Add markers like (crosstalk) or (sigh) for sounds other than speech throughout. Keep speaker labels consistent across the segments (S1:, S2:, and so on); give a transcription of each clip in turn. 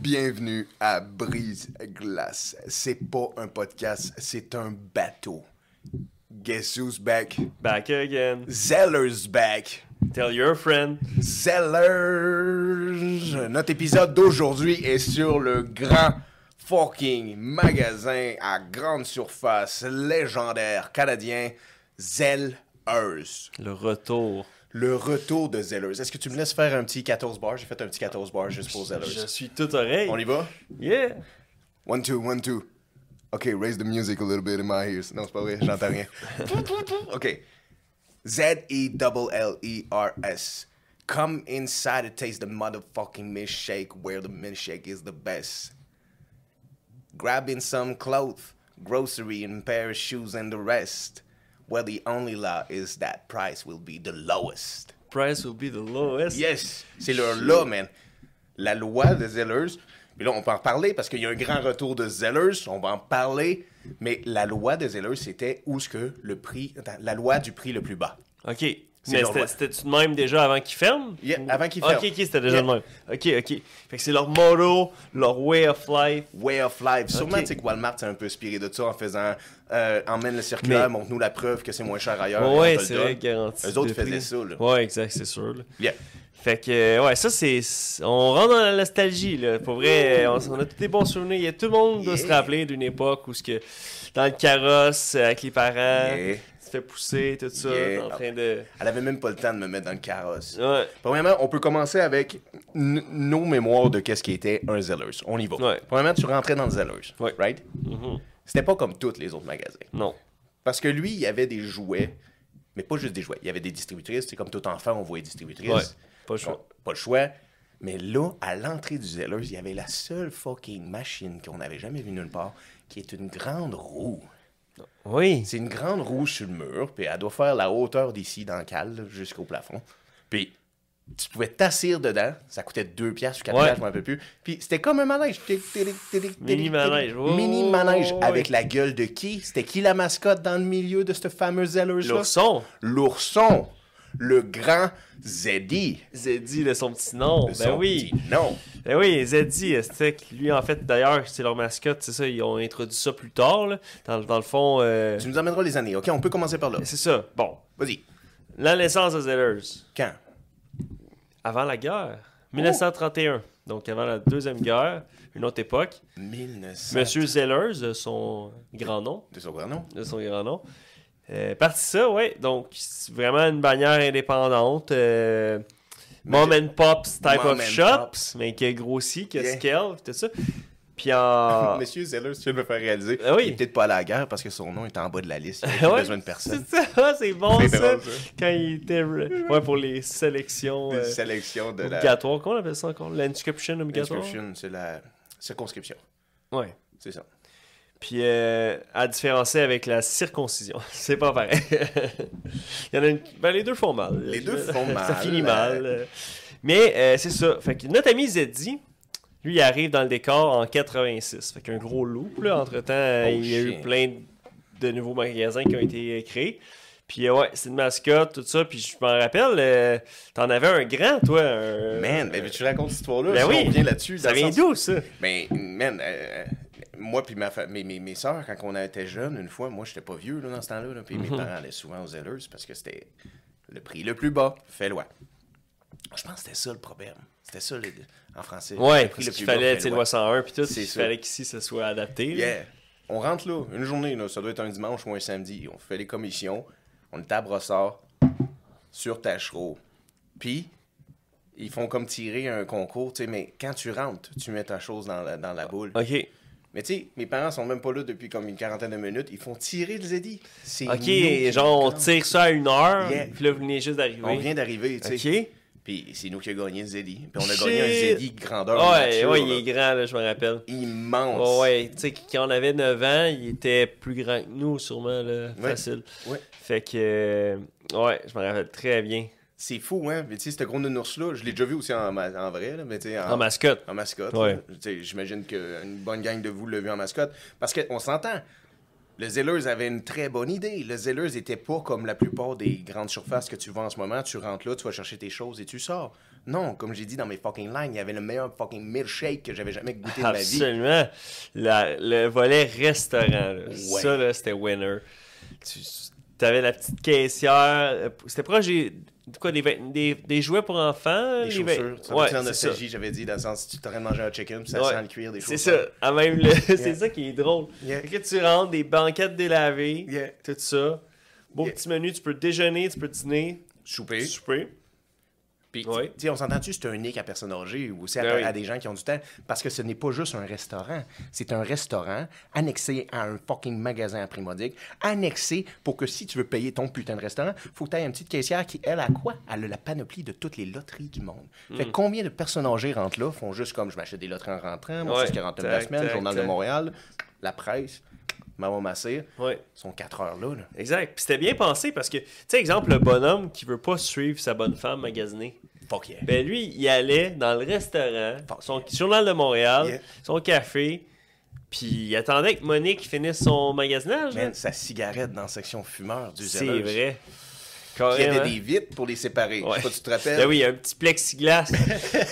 S1: Bienvenue à Brise Glace. C'est pas un podcast, c'est un bateau. Guess who's back?
S2: Back again.
S1: Zeller's back.
S2: Tell your friend.
S1: Zeller. Notre épisode d'aujourd'hui est sur le grand fucking magasin à grande surface légendaire canadien Zeller's.
S2: Le retour.
S1: Le retour de Zeller's. Est-ce que tu me laisses faire un petit 14 bars? J'ai fait un petit 14 bars juste pour
S2: Je
S1: Zeller's.
S2: suis tout oreille.
S1: On y va?
S2: Yeah.
S1: One, two, one, two. OK, raise the music a little bit in my ears. Non, c'est pas vrai, j'entends rien. (laughs) OK. E Z-E-L-L-E-R-S. Come inside and taste the motherfucking milkshake where the milkshake is the best. Grabbing some clothes, grocery, and pair of shoes and the rest. Where the only law is that price will be the lowest.
S2: Price will be the lowest.
S1: Yes, c'est leur là, man. La loi de Zellers. Puis là, on peut en parler parce qu'il y a un grand retour de Zellers. On va en parler. Mais la loi de Zellers, c'était où ce que le prix. attends, la loi du prix le plus bas.
S2: OK. Mais
S1: leur loi.
S2: c'était- c'était-tu de même déjà avant qu'ils ferment?
S1: Yeah, avant qu'ils
S2: OK,
S1: ferment.
S2: OK, c'était déjà
S1: Yeah.
S2: de même. OK, OK. Fait que c'est leur motto, leur way of life.
S1: Way of life. Sûrement,
S2: Ok.
S1: tu sais que Walmart s'est un peu inspiré de ça en faisant euh, emmène le circulaire,
S2: Mais-
S1: montre-nous la preuve que c'est moins cher ailleurs. et on
S2: Ouais,
S1: te Ah, le
S2: c'est
S1: donne.
S2: vrai, garanti.
S1: Eux autres
S2: de
S1: faisaient
S2: prix.
S1: ça, là.
S2: Ouais, exact, c'est sûr. là.
S1: Yeah.
S2: Fait que, euh, ouais, ça, c'est. c'est- On rentre dans la nostalgie, là. Pour vrai, euh, on, on a tous des bons souvenirs. Il y a tout le monde doit se
S1: Yeah.
S2: rappeler d'une époque où, ce que, dans le carrosse, euh, avec les parents,
S1: Yeah.
S2: tu te fais pousser, tout ça,
S1: Yeah.
S2: en train de.
S1: Elle avait même pas le temps de me mettre dans le carrosse.
S2: Ouais.
S1: Premièrement, on peut commencer avec n- nos mémoires de qu'est-ce qui était un Zellers. On y va.
S2: Ouais.
S1: Premièrement, tu rentrais dans le Zellers,
S2: Ouais. Mm-hmm.
S1: right? C'était pas comme tous les autres magasins.
S2: Non.
S1: Parce que lui, il y avait des jouets, mais pas juste des jouets. Il y avait des distributrices. C'est comme tout enfant, on voyait distributrices.
S2: Ouais, pas le choix.
S1: Bon, pas le choix. Mais là, à l'entrée du Zellers, il y avait la seule fucking machine qu'on n'avait jamais vue nulle part, qui est une grande roue. Ah,
S2: Oui.
S1: C'est une grande roue sur le mur, puis elle doit faire la hauteur d'ici dans le cal là, jusqu'au plafond. Puis tu pouvais t'assir dedans, ça coûtait 2 piastres ou 4
S2: Ouais.
S1: piastres, je m'en rappelle plus. Puis c'était comme un manège. Tic, tic, tic, tic, tic,
S2: Mini
S1: tic,
S2: manège.
S1: tic.
S2: Oh,
S1: Mini manège
S2: ouais.
S1: avec la gueule de qui C'était qui la mascotte dans le milieu de ce fameux Zellers là
S2: L'ourson.
S1: L'ourson, le grand Zeddy.
S2: Zeddy de son petit nom. ben
S1: Son
S2: oui.
S1: petit nom.
S2: Ben oui, Zeddy, Aztec, lui, en fait, d'ailleurs, c'est leur mascotte, c'est ça, ils ont introduit ça plus tard, là. Dans, dans le fond, euh,
S1: Tu nous amèneras les années, ok On peut commencer par là.
S2: c'est ça. Bon,
S1: Vas-y.
S2: la naissance de Zellers,
S1: Quand
S2: avant la guerre,
S1: Oh!
S2: 1931, donc avant la Deuxième Guerre, une autre époque.
S1: 1900.
S2: Monsieur Zellers, de son grand nom,
S1: De son grand nom
S2: de son grand nom, euh, parti ça, ouais, donc c'est vraiment une bannière indépendante, euh, mom and pops type
S1: Mom
S2: of
S1: and
S2: shop,
S1: pops.
S2: mais qui a grossi, qui a
S1: Yeah.
S2: scale, tout ça.
S1: (laughs)
S2: Puis en...
S1: Monsieur Zeller, si tu veux me faire réaliser,
S2: Ah oui.
S1: il est peut-être pas à la guerre parce que son nom est en bas de la liste. Il n'y a
S2: Ah
S1: plus
S2: (laughs) ouais,
S1: besoin de personne.
S2: C'est ça, c'est bon
S1: C'est
S2: ça.
S1: drôle, ça.
S2: Quand il était euh, ouais, pour les sélections
S1: C'est
S2: euh,
S1: une sélection de la
S2: obligatoires, comment on appelle ça encore L'inscription obligatoire
S1: Inscription, c'est la circonscription.
S2: Ouais.
S1: C'est ça.
S2: Puis euh, à différencier avec la circoncision, (laughs) c'est pas pareil. il y en a une... ben, les deux font mal.
S1: Les
S2: Je- (laughs)
S1: deux font
S2: ça
S1: mal,
S2: finit
S1: euh.
S2: mal. euh. Mais euh, c'est ça. Fait que notre ami Zeddy, lui, il arrive dans le décor en 86. Fait qu'un gros loop, là. Entre-temps, euh,
S1: Oh,
S2: il y a eu
S1: shit.
S2: plein de nouveaux magasins qui ont été euh, créés. Puis euh, ouais, c'est une mascotte, tout ça. Puis je m'en rappelle, euh, t'en avais un grand, toi. un-
S1: Man, ben, tu racontes cette histoire-là.
S2: Ben
S1: si
S2: oui.
S1: On revient là-dessus.
S2: ça
S1: dans le
S2: vient
S1: sens-
S2: d'où, ça?
S1: Ben, man, euh, moi puis ma fa- mes, mes, mes soeurs, quand on était jeunes, une fois, moi, j'étais pas vieux là, dans ce temps-là. là, puis
S2: Mhm.
S1: mes parents allaient souvent aux Zellers parce que c'était le prix le plus bas. Fais loi. Je pense que c'était ça le problème. C'était ça le- en français.
S2: Ouais,
S1: le prix
S2: parce
S1: le
S2: qu'il
S1: plus bas,
S2: fallait,
S1: fais
S2: tu sais,
S1: loi.
S2: loi 101, puis tout.
S1: C'est
S2: Il
S1: ça.
S2: fallait qu'ici, ça soit adapté. là.
S1: Yeah. On rentre là, une journée, là, ça doit être un dimanche ou un samedi. On fait les commissions, on est à brossard, sur Tachereau. Puis, ils font comme tirer un concours, tu sais, mais quand tu rentres, tu mets ta chose dans la, dans la boule.
S2: OK.
S1: Mais tu sais, mes parents sont même pas là depuis comme une quarantaine de minutes, ils font tirer le Zeddy. C'est nous
S2: Ok,
S1: qui
S2: genre on
S1: gagnons.
S2: tire ça à une heure,
S1: Yeah.
S2: puis là vous venez juste d'arriver.
S1: On vient d'arriver, tu sais.
S2: Ok.
S1: Puis c'est nous qui avons gagné le Zeddy. Puis on a
S2: Shit.
S1: gagné un Zeddy grandeur.
S2: Ouais,
S1: nature,
S2: ouais,
S1: Ah, là.
S2: il est grand, là, je me rappelle.
S1: Immense.
S2: Ouais, ouais, tu sais, quand on avait 9 ans, il était plus grand que nous, sûrement, là,
S1: Ouais.
S2: facile.
S1: Ouais.
S2: Fait que, euh, ouais, je me rappelle très bien.
S1: C'est fou, hein? Mais tu sais, ce gros nounours-là, je l'ai déjà vu aussi en, ma- en vrai, là, mais tu sais,
S2: En mascotte.
S1: en mascotte.
S2: Ouais.
S1: là. Tu sais, J'imagine qu'une bonne gang de vous l'a vu en mascotte. Parce qu'on s'entend. Le Zellers avait une très bonne idée. Le Zellers n'était pas comme la plupart des grandes surfaces que tu vois en ce moment. Tu rentres là, tu vas chercher tes choses et tu sors. Non, comme j'ai dit dans mes fucking lines, il y avait le meilleur fucking milkshake que j'avais jamais goûté de ma vie.
S2: Absolument. La- le volet restaurant, là. ça, là, c'était winner. Tu avais la petite caissière. euh, C'était proche des, de quoi, des, vêt- des, des jouets pour enfants.
S1: Des
S2: les vêt-
S1: chaussures. Ça
S2: Ouais,
S1: ouais, en
S2: c'est ça.
S1: nostalgie, j'avais dit, dans le sens, si tu t'aurais mangé un chicken, puis ça
S2: Ouais.
S1: sent le cuir des
S2: C'est
S1: chaussures.
S2: ça. Ah, même le- (laughs) c'est ça qui est drôle.
S1: Yeah.
S2: Fait Que tu rentres, des banquettes délavées,
S1: Yeah.
S2: tout ça. Beau
S1: Yeah.
S2: petit menu, tu peux déjeuner, tu peux dîner,
S1: Souper.
S2: souper.
S1: Puis,
S2: Ouais.
S1: tu sais, on s'entend-tu, c'est un nick à personne âgée ou aussi à,
S2: Ben oui.
S1: à des gens qui ont du temps? Parce que ce n'est pas juste un restaurant. C'est un restaurant annexé à un fucking magasin à prix modique, annexé pour que si tu veux payer ton putain de restaurant, faut que tu aies une petite caissière qui, elle, a quoi? Elle a la panoplie de toutes les loteries du monde.
S2: Hmm.
S1: Fait que combien de personnes âgées rentrent là, font juste comme je m'achète des loteries en rentrant, moi,
S2: Ouais.
S1: c'est 49 de la
S2: Tac,
S1: semaine,
S2: tac,
S1: Journal
S2: tac.
S1: de Montréal, la presse, Maman Massir,
S2: Ouais.
S1: sont 4 heures là. là.
S2: Exact. Puis c'était bien pensé parce que, tu sais, exemple, le bonhomme qui veut pas suivre sa bonne femme magasiner.
S1: Fuck yeah.
S2: Ben lui, il allait dans le restaurant,
S1: Fuck
S2: son journal de Montréal,
S1: Yeah.
S2: son café, puis il attendait que Monique finisse son magasinage. là.
S1: Man, sa cigarette dans la section fumeur du
S2: C'est
S1: Zellers.
S2: vrai.
S1: Il y
S2: Carrément.
S1: avait des vitres pour les séparer. Je
S2: Ouais.
S1: sais pas si tu te rappelles.
S2: Ben oui, il y a un petit plexiglas.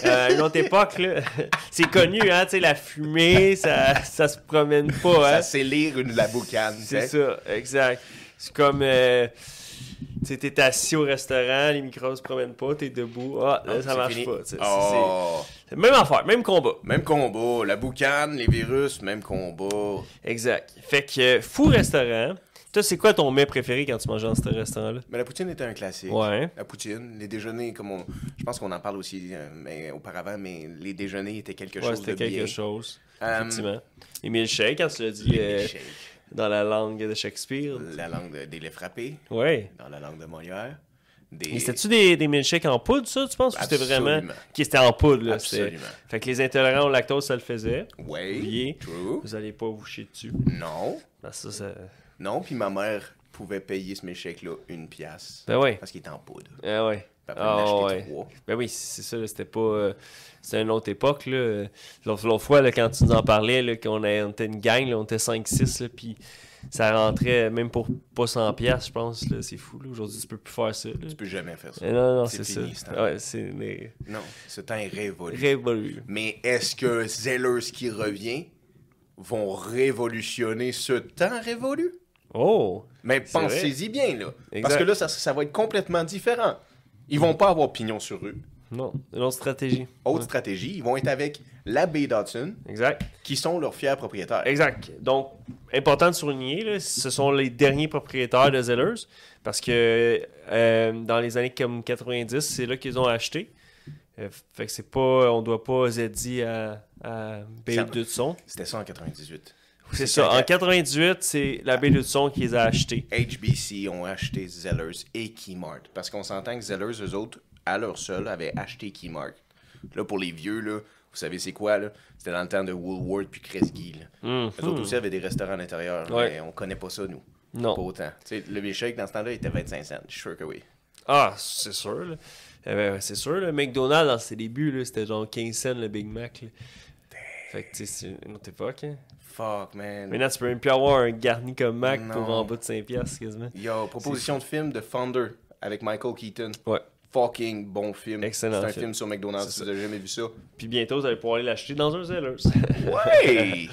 S2: Euh, à une autre époque, là, (laughs) c'est connu, hein, tu sais, la fumée, ça, ça se promène pas, hein.
S1: Ça, c'est lire une la boucane.
S2: C'est
S1: tu sais.
S2: ça, exact. C'est comme. Euh, tu sais, t'es assis au restaurant, les micros se promènent pas, t'es debout. Ah, là,
S1: Ah,
S2: ça
S1: c'est
S2: marche
S1: fini.
S2: pas. tu sais. C'est-
S1: Oh,
S2: c'est- Même affaire, même combat.
S1: Même combo. La boucane, les virus, même combo.
S2: Exact. Fait que, euh, fou restaurant. Toi, c'est quoi ton mets préféré quand tu manges dans ce restaurant-là?
S1: Mais la poutine était un classique.
S2: Ouais.
S1: La poutine, les déjeuners, comme on... Je pense qu'on en parle aussi euh, mais, auparavant, mais les déjeuners étaient quelque
S2: Ouais,
S1: chose de
S2: c'était quelque
S1: bien.
S2: chose.
S1: Euh,
S2: Effectivement. Les milkshakes, quand tu l'as dit
S1: Les
S2: euh,
S1: milkshakes, Euh,
S2: dans la langue de Shakespeare.
S1: La langue de- des laits frappés,
S2: Ouais.
S1: dans la langue de Molière. Des...
S2: Et c'était-tu des, des milkshakes en poudre, ça, tu penses? Ou c'était vraiment.
S1: Absolument.
S2: Qui c'était en poudre, là? c'était-
S1: Absolument.
S2: Fait que les intolérants au lactose, ça le faisait.
S1: Ouais.
S2: Oublié.
S1: True.
S2: Vous allez pas vous chier dessus.
S1: Non.
S2: Ben, ça, ça-
S1: Non, puis ma mère pouvait payer ce milkshake-là une pièce.
S2: Ben ouais.
S1: Parce qu'il était en poudre.
S2: Ah ouais.
S1: Puis après,
S2: Ah
S1: on en achetait
S2: ouais.
S1: trois.
S2: Ben oui, c'est ça, là, c'était pas. euh, C'était une autre époque, là. L'autre l'autre fois, là, quand tu nous en parlais, là, qu'on a- on était une gang, là, on était 5-6, là, puis ça rentrait même pour pas 100$, piastres, je pense, là. C'est fou, là. Aujourd'hui, tu peux plus faire ça, là.
S1: Tu peux jamais faire ça.
S2: Eh Non, non, c'est
S1: C'est
S2: ça.
S1: fini, ce temps.
S2: Ouais, c'est des-
S1: Non, ce temps est révolu.
S2: révolu.
S1: Mais est-ce que Zellers qui revient vont révolutionner ce temps révolu?
S2: Oh!
S1: Mais
S2: C'est vrai.
S1: pensez-y bien, là. Parce
S2: Exact.
S1: que là, ça, ça va être complètement différent. Ils vont pas avoir pignon sur rue.
S2: Non, une autre stratégie.
S1: Autre stratégie, ils vont être avec la Bay Dodson,
S2: Exact.
S1: qui sont leurs fiers propriétaires.
S2: Exact. Donc, important de souligner, là, ce sont les derniers propriétaires de Zellers parce que euh, dans les années comme 90, c'est là qu'ils ont acheté. Euh, fait que c'est pas, on doit pas Zeddy à, à
S1: Ça-
S2: Baie de Hudson.
S1: C'était ça en 98.
S2: C'est
S1: c'est
S2: ça.
S1: quand-
S2: En 98, c'est la Baie de Hudson qui les a achetés.
S1: HBC ont acheté Zellers et Keymart. Parce qu'on s'entend que Zellers, eux autres, à leur seul, avaient acheté Keymart. Là, pour les vieux, là, vous savez c'est quoi, là? C'était dans le temps de Woolworth puis Kresge, là. Eux autres aussi avaient des restaurants à l'intérieur,
S2: Mm. Ouais.
S1: mais on connaît pas ça, nous.
S2: Non.
S1: Pas autant. Tu sais, le milkshake, dans ce temps-là, il était 25 cents. Je suis sûr que oui.
S2: Ah, c'est sûr. là. Eh ben, c'est sûr. Le McDonald's, dans ses débuts, là, c'était genre 15 cents le Big Mac. là. Fait que tu sais, c'est une autre époque. hein.
S1: Fuck, man.
S2: Maintenant, tu peux même plus avoir un garni comme Mac pour
S1: Non.
S2: en bas de 5$ piastres, quasiment.
S1: Il y a proposition de film de Thunder avec Michael Keaton.
S2: Ouais.
S1: Fucking bon film.
S2: Excellent
S1: C'est un
S2: film.
S1: film, sur McDonald's, si vous avez jamais vu
S2: (laughs)
S1: ça.
S2: Puis bientôt, vous allez pouvoir aller l'acheter dans un Zellers.
S1: (laughs) Ouais!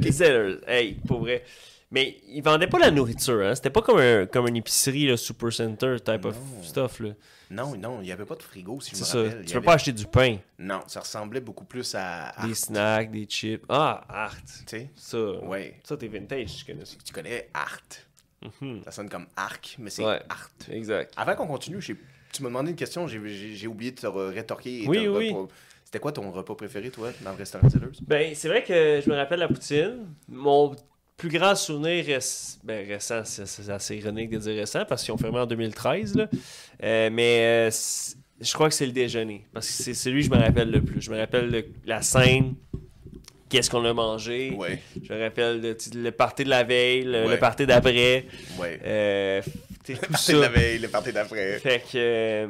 S2: Les Zellers, hey, pour vrai. Mais ils vendaient pas la nourriture, hein. C'était pas comme, un, comme une épicerie, là, supercenter type of stuff, là.
S1: non, non, il n'y avait pas de frigo, si je
S2: C'est
S1: me
S2: ça.
S1: rappelle. Il
S2: Tu
S1: y
S2: peux
S1: avait-
S2: pas acheter du pain,
S1: Non, ça ressemblait beaucoup plus à. à-
S2: des
S1: tu
S2: snacks, des chips. Ah, art.
S1: sais,
S2: Ça,
S1: Ouais.
S2: ça t'es vintage, tu connais ça.
S1: tu connais Art. Ça sonne comme arc, mais c'est
S2: Mhm. Ouais.
S1: Art.
S2: Exact.
S1: Avant qu'on continue, j'ai- tu m'as demandé une question, j'ai- j'ai j'ai oublié de te re- rétorquer. et
S2: Oui,
S1: te re-
S2: oui.
S1: pour- C'était quoi ton repas préféré, toi, dans le restaurant Zellers?
S2: Ben, c'est vrai que je me rappelle la poutine. Mon plus grand souvenir réc- ben, récent, c'est c'est assez ironique de dire récent parce qu'ils ont fermé en 2013. là. Euh, mais euh, c'est- je crois que c'est le déjeuner parce que c'est celui que je me rappelle le plus. Je me rappelle le- la scène, qu'est-ce qu'on a mangé.
S1: Ouais.
S2: Je me rappelle le, le party de la veille, le, le
S1: Ouais.
S2: party d'après.
S1: Ouais. (laughs)
S2: Euh, t'sais, tout
S1: Parti
S2: ça.
S1: de la veille, le parti d'après.
S2: Fait que. euh,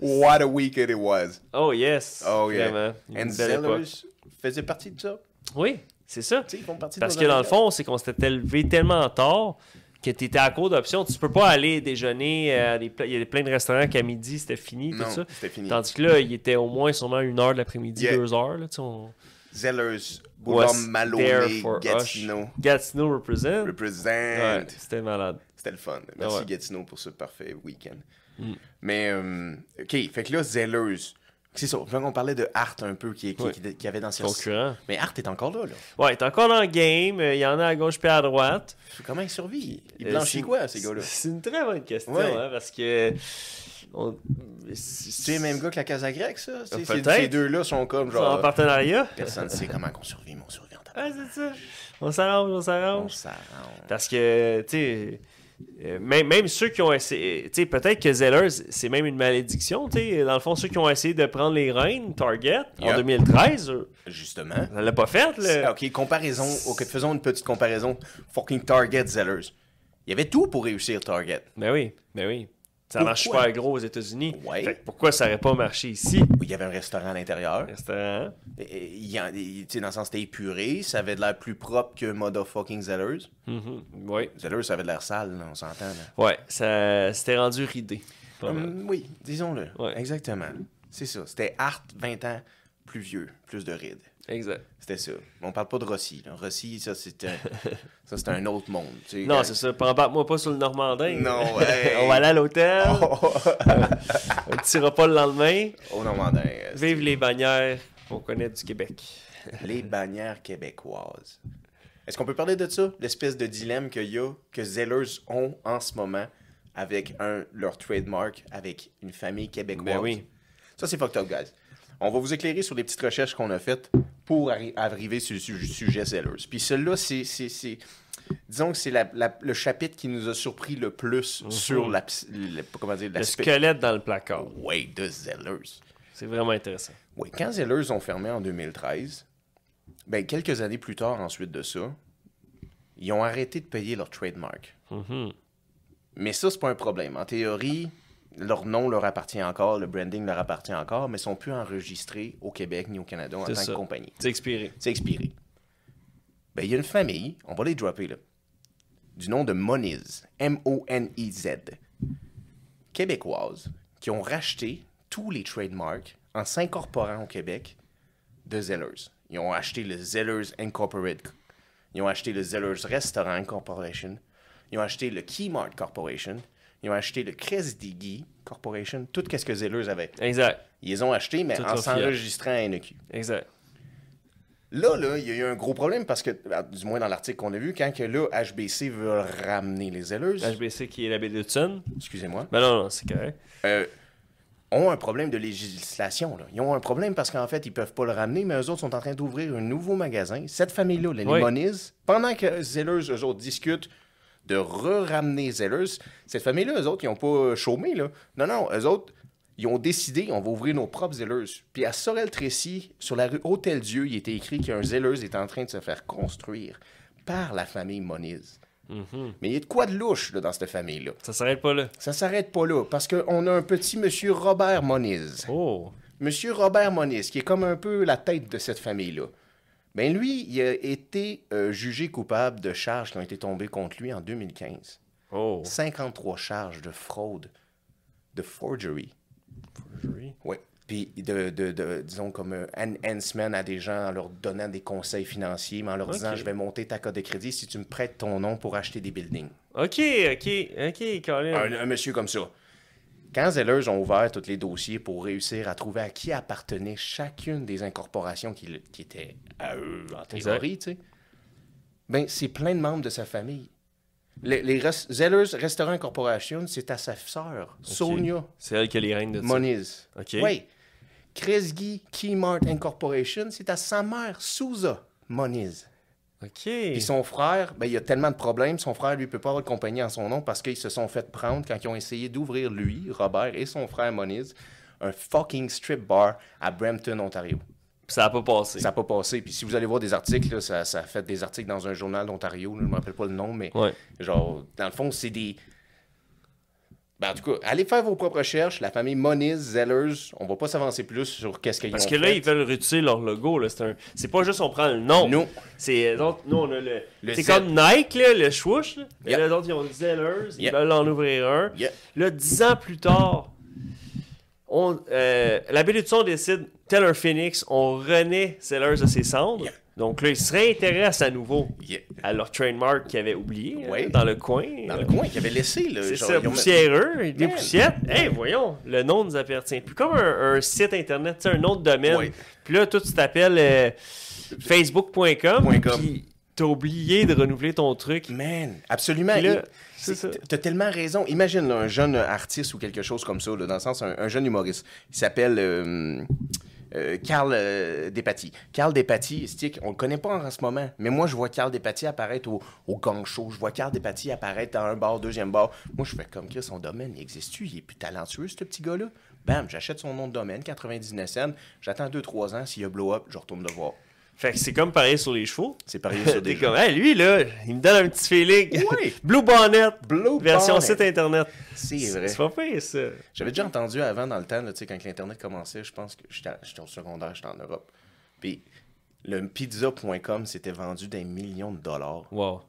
S1: What a weekend it was.
S2: oh yes.
S1: Oh yeah.
S2: Vraiment.
S1: And
S2: Une belle époque.
S1: Zellers faisait partie de ça.
S2: Oui. C'est ça.
S1: Tu sais, ils font partie de
S2: Parce
S1: nos
S2: que dans le
S1: avocats.
S2: fond, c'est qu'on s'était élevé tellement tard que tu étais à court d'options. Tu peux pas aller déjeuner euh, à des pla- Il y avait plein de restaurants qu'à midi, c'était fini, tout ça.
S1: Non, c'était fini.
S2: Tandis que là, il était au moins sûrement une heure de l'après-midi,
S1: Yeah.
S2: deux heures. Là, tu sais, on-
S1: Zellers, Boulogne,
S2: was there
S1: Maloney,
S2: for
S1: Gatineau.
S2: us. Gatineau represent.
S1: Represent.
S2: Ouais, c'était malade.
S1: C'était le fun. Merci
S2: Ah ouais. Mm.
S1: Gatineau pour ce parfait week-end. Mais, euh, OK, fait que là, Zelleuse. C'est ça. On parlait de Art un peu qui, qui,
S2: Ouais.
S1: qui- qui avait dans ses...
S2: Concurrent.
S1: Mais Art est encore là, là.
S2: Ouais, il est encore dans le game. euh, Il y en a à gauche puis à droite.
S1: Comment il survit? Il
S2: Euh,
S1: blanchit
S2: c'est-
S1: quoi, ces gars-là?
S2: C'est une très bonne question,
S1: Ouais.
S2: hein, parce que. on-
S1: C'est les mêmes gars que la Casa Grecque, ça? Tu sais, Ces,
S2: Peut-être.
S1: ces deux-là sont comme
S2: Ils sont en
S1: genre...
S2: partenariat.
S1: Personne ne sait comment qu'on survit, mais on survit en tabac.
S2: Ouais, c'est ça. On s'arrange, on
S1: On
S2: s'arrange.
S1: s'arrange.
S2: Parce que, tu sais, euh, même, même ceux qui ont essayé, tu sais, peut-être que Zeller, c'est même une malédiction, tu sais. Dans le fond, ceux qui ont essayé de prendre les rênes, Target, en
S1: Yeah.
S2: 2013, eux,
S1: Justement.
S2: ça l'a pas fait,
S1: C'est-
S2: là.
S1: Ok, comparaison. Ok, faisons une petite comparaison. Fucking Target Zellers. Il y avait tout pour réussir Target.
S2: Ben oui, ben oui. Ça
S1: Pourquoi?
S2: marche super gros aux États-Unis.
S1: Ouais.
S2: Fait que pourquoi ça aurait pas marché ici?
S1: Il y avait un restaurant à l'intérieur.
S2: Restaurant.
S1: Et- et- il y en- il- tu sais, Dans le sens, c'était épuré. Ça avait de l'air plus propre que motherfucking Zellers.
S2: Mhm. Oui.
S1: Zellers, ça avait de l'air sale, là, on s'entend. là.
S2: Ouais, ça c'était rendu ridé. Pas mal.
S1: Hum, oui, disons-le.
S2: Ouais.
S1: Exactement. C'est ça. C'était Art, 20 ans, plus vieux, plus de rides.
S2: Exact.
S1: C'était ça. On parle pas de Rossi. là. Rossi, ça, c'était
S2: (laughs)
S1: ça, c'était un autre monde. tu sais,
S2: Non,
S1: quand-
S2: c'est ça. Embarque-moi pas sur le Normandin. (laughs)
S1: Non, hey.
S2: On va aller à l'hôtel.
S1: Oh,
S2: On ne tirera pas le lendemain.
S1: (laughs) Au Normandin. euh,
S2: Vive les bannières qu'on connaît du Québec. (laughs)
S1: Les bannières québécoises. Est-ce qu'on peut parler de ça? L'espèce de dilemme qu'il y a, que Zellers ont en ce moment avec un, leur trademark, avec une famille québécoise.
S2: Ben oui.
S1: Ça, c'est fucked up, guys. On va vous éclairer sur les petites recherches qu'on a faites pour arri- arriver sur le su- sujet Zellers. Puis celui-là, c'est- c'est. c'est- Disons que c'est la- la- le chapitre qui nous a surpris le plus sur la, ps- le- comment dire,
S2: Mhm. Le
S1: l'aspect-
S2: squelette dans le placard.
S1: Ouais, de Zellers.
S2: C'est vraiment intéressant.
S1: Oui, quand Zellers ont fermé en 2013, ben, quelques années plus tard ensuite de ça, ils ont arrêté de payer leur trademark.
S2: Mm-hmm.
S1: Mais ça, c'est pas un problème. En théorie, leur nom leur appartient encore, le branding leur appartient encore, mais ils sont plus enregistrés au Québec ni au Canada en
S2: C'est
S1: tant
S2: ça.
S1: que compagnie.
S2: C'est expiré.
S1: C'est expiré. Ben, il y a une famille, on va les dropper là, du nom de Moniz, M-O-N-I-Z, québécoise, qui ont racheté tous les trademarks en s'incorporant au Québec de Zellers. Ils ont acheté le Zellers Incorporated. Ils ont acheté le Zellers Restaurant Corporation. Ils ont acheté le Keymart Corporation. Ils ont acheté le Cresdigi Corporation. Tout ce que Zellers avait.
S2: Exact.
S1: Ils les ont achetés, mais
S2: Tout
S1: en
S2: leur fiat.
S1: s'enregistrant à E NEQ.
S2: Exact.
S1: Là, là, il y a eu un gros problème parce que, ah, du moins dans l'article qu'on a vu, quand que là, HBC veut ramener les zelleuses,
S2: HBC qui est la baie de Hudson.
S1: excusez-moi,
S2: Ben non, non, c'est correct.
S1: euh, ont un problème de législation. là. Ils ont un problème parce qu'en fait, ils peuvent pas le ramener, mais eux autres sont en train d'ouvrir un nouveau magasin. Cette famille-là, les
S2: Oui.
S1: Limonises, pendant que Zellers, eux autres, discutent de re-ramener Zellers, cette famille-là, eux autres, ils ont pas euh, chômé. Là. Non, non, eux autres, ils ont décidé, on va ouvrir nos propres Zellers. Puis à Sorel-Tracy, sur la rue Hôtel-Dieu, il était écrit qu'un Zellers est en train de se faire construire par la famille Moniz. Mais il y a de quoi de louche là, dans cette famille-là.
S2: Mhm. Ça s'arrête pas là.
S1: Ça s'arrête pas là, parce qu'on a un petit monsieur Robert Moniz.
S2: Oh.
S1: Monsieur Robert Moniz, qui est comme un peu la tête de cette famille-là. Ben lui, il a été euh, jugé coupable de charges qui ont été tombées contre lui en 2015.
S2: Oh.
S1: 53 charges de fraude, de forgery.
S2: Oui.
S1: Oui. Puis, de, de- de- disons, comme euh, enhancement à des gens en leur donnant des conseils financiers, mais en leur disant
S2: Ok.
S1: Je vais monter ta cote de crédit si tu me prêtes ton nom pour acheter des buildings.
S2: Ok, ok, ok, (laughs) Colin.
S1: un, un monsieur comme ça. Quand Zellers ont ouvert tous les dossiers pour réussir à trouver à qui appartenait chacune des incorporations qui, le- qui étaient à eux en théorie, tu sais, ben, c'est plein de membres de sa famille. Les, les res- Zellers Restaurant Corporation, c'est à sa sœur, Sonia
S2: C'est elle qui a les règnes de Hudson.
S1: Moniz.
S2: Ok.
S1: Oui. Kresge Keymart Incorporation, c'est à sa mère, Souza Moniz.
S2: Ok.
S1: Puis son frère, ben, il y a tellement de problèmes, son frère, lui, peut pas avoir de compagnie en son nom parce qu'ils se sont fait prendre quand ils ont essayé d'ouvrir, lui, Robert et son frère Moniz, un fucking strip bar à Brampton, Ontario.
S2: Ça a pas passé.
S1: Ça n'a pas passé. Puis si vous allez voir des articles, là, ça, ça a fait des articles dans un journal d'Ontario, là, je me rappelle pas le nom, mais
S2: Ouais.
S1: genre, dans le fond, c'est des. Ben, en tout cas, allez faire vos propres recherches. La famille Moniz, Zellers, on va pas s'avancer plus sur qu'est-ce qu'ils ont
S2: Parce que là,
S1: fait.
S2: ils veulent réutiliser leur logo. là. C'est un- c'est pas juste on prend le nom.
S1: Non.
S2: C'est euh, donc nous on a le.
S1: Le
S2: c'est
S1: Z.
S2: comme Nike là, le swoosh. Là. Et
S1: Yep.
S2: là d'autres ils ont le Zellers, ils
S1: Yep.
S2: veulent en ouvrir un.
S1: Yep.
S2: Là dix ans plus tard, on, euh, l'abbé Luton décide Taylor Phoenix, on renaît Zellers de ses cendres.
S1: Yep.
S2: Donc là ils se réintéressent à nouveau
S1: Yeah.
S2: à leur trademark qu'ils avaient oublié
S1: Ouais.
S2: hein, dans le coin.
S1: Dans
S2: là.
S1: le coin qu'ils avaient laissé, là.
S2: C'est
S1: Euh, genre,
S2: ça,
S1: ils ont mis-
S2: poussiéreux, des
S1: Man.
S2: poussiettes. Hey, voyons, le nom nous appartient plus. Comme un, un site internet, tu sais, un nom de domaine.
S1: Ouais.
S2: Puis là, toi, tu t'appelles euh, facebook.com.
S1: Point com. Mm.
S2: Puis t'as oublié de renouveler ton truc.
S1: Man, absolument.
S2: Puis là,
S1: Et-
S2: c'est ça.
S1: c'est- T'as tellement raison. Imagine là, un jeune artiste ou quelque chose comme ça, là, dans le sens, un, un jeune humoriste. Il s'appelle euh, euh, Carl euh, Despatie. Carl Despatie, stick, on le connaît pas en, en ce moment, mais moi, je vois Carl Despatie apparaître au, au gang show. Je vois Carl Despatie apparaître à un bar, deuxième bar. Moi, je fais comme que son domaine, il existe-tu? Il est plus talentueux, ce petit gars-là? Bam, j'achète son nom de domaine, 99 cents. J'attends 2-3 ans. S'il y a blow-up, je retourne le voir.
S2: Fait que c'est comme pareil sur les chevaux.
S1: C'est parier
S2: (laughs)
S1: sur
S2: T'es
S1: des
S2: comme, hey, lui, là, il me donne un petit feeling.
S1: Oui.
S2: (laughs) Blue Bonnet.
S1: Blue
S2: version
S1: Bonnet.
S2: site internet.
S1: C'est vrai.
S2: C'est pas pire, ça.
S1: J'avais déjà entendu avant, dans le temps, là, tu sais, quand l'Internet commençait, je pense que j'étais j'étais au secondaire, j'étais en Europe. Puis le pizza.com s'était vendu des millions de dollars.
S2: Wow.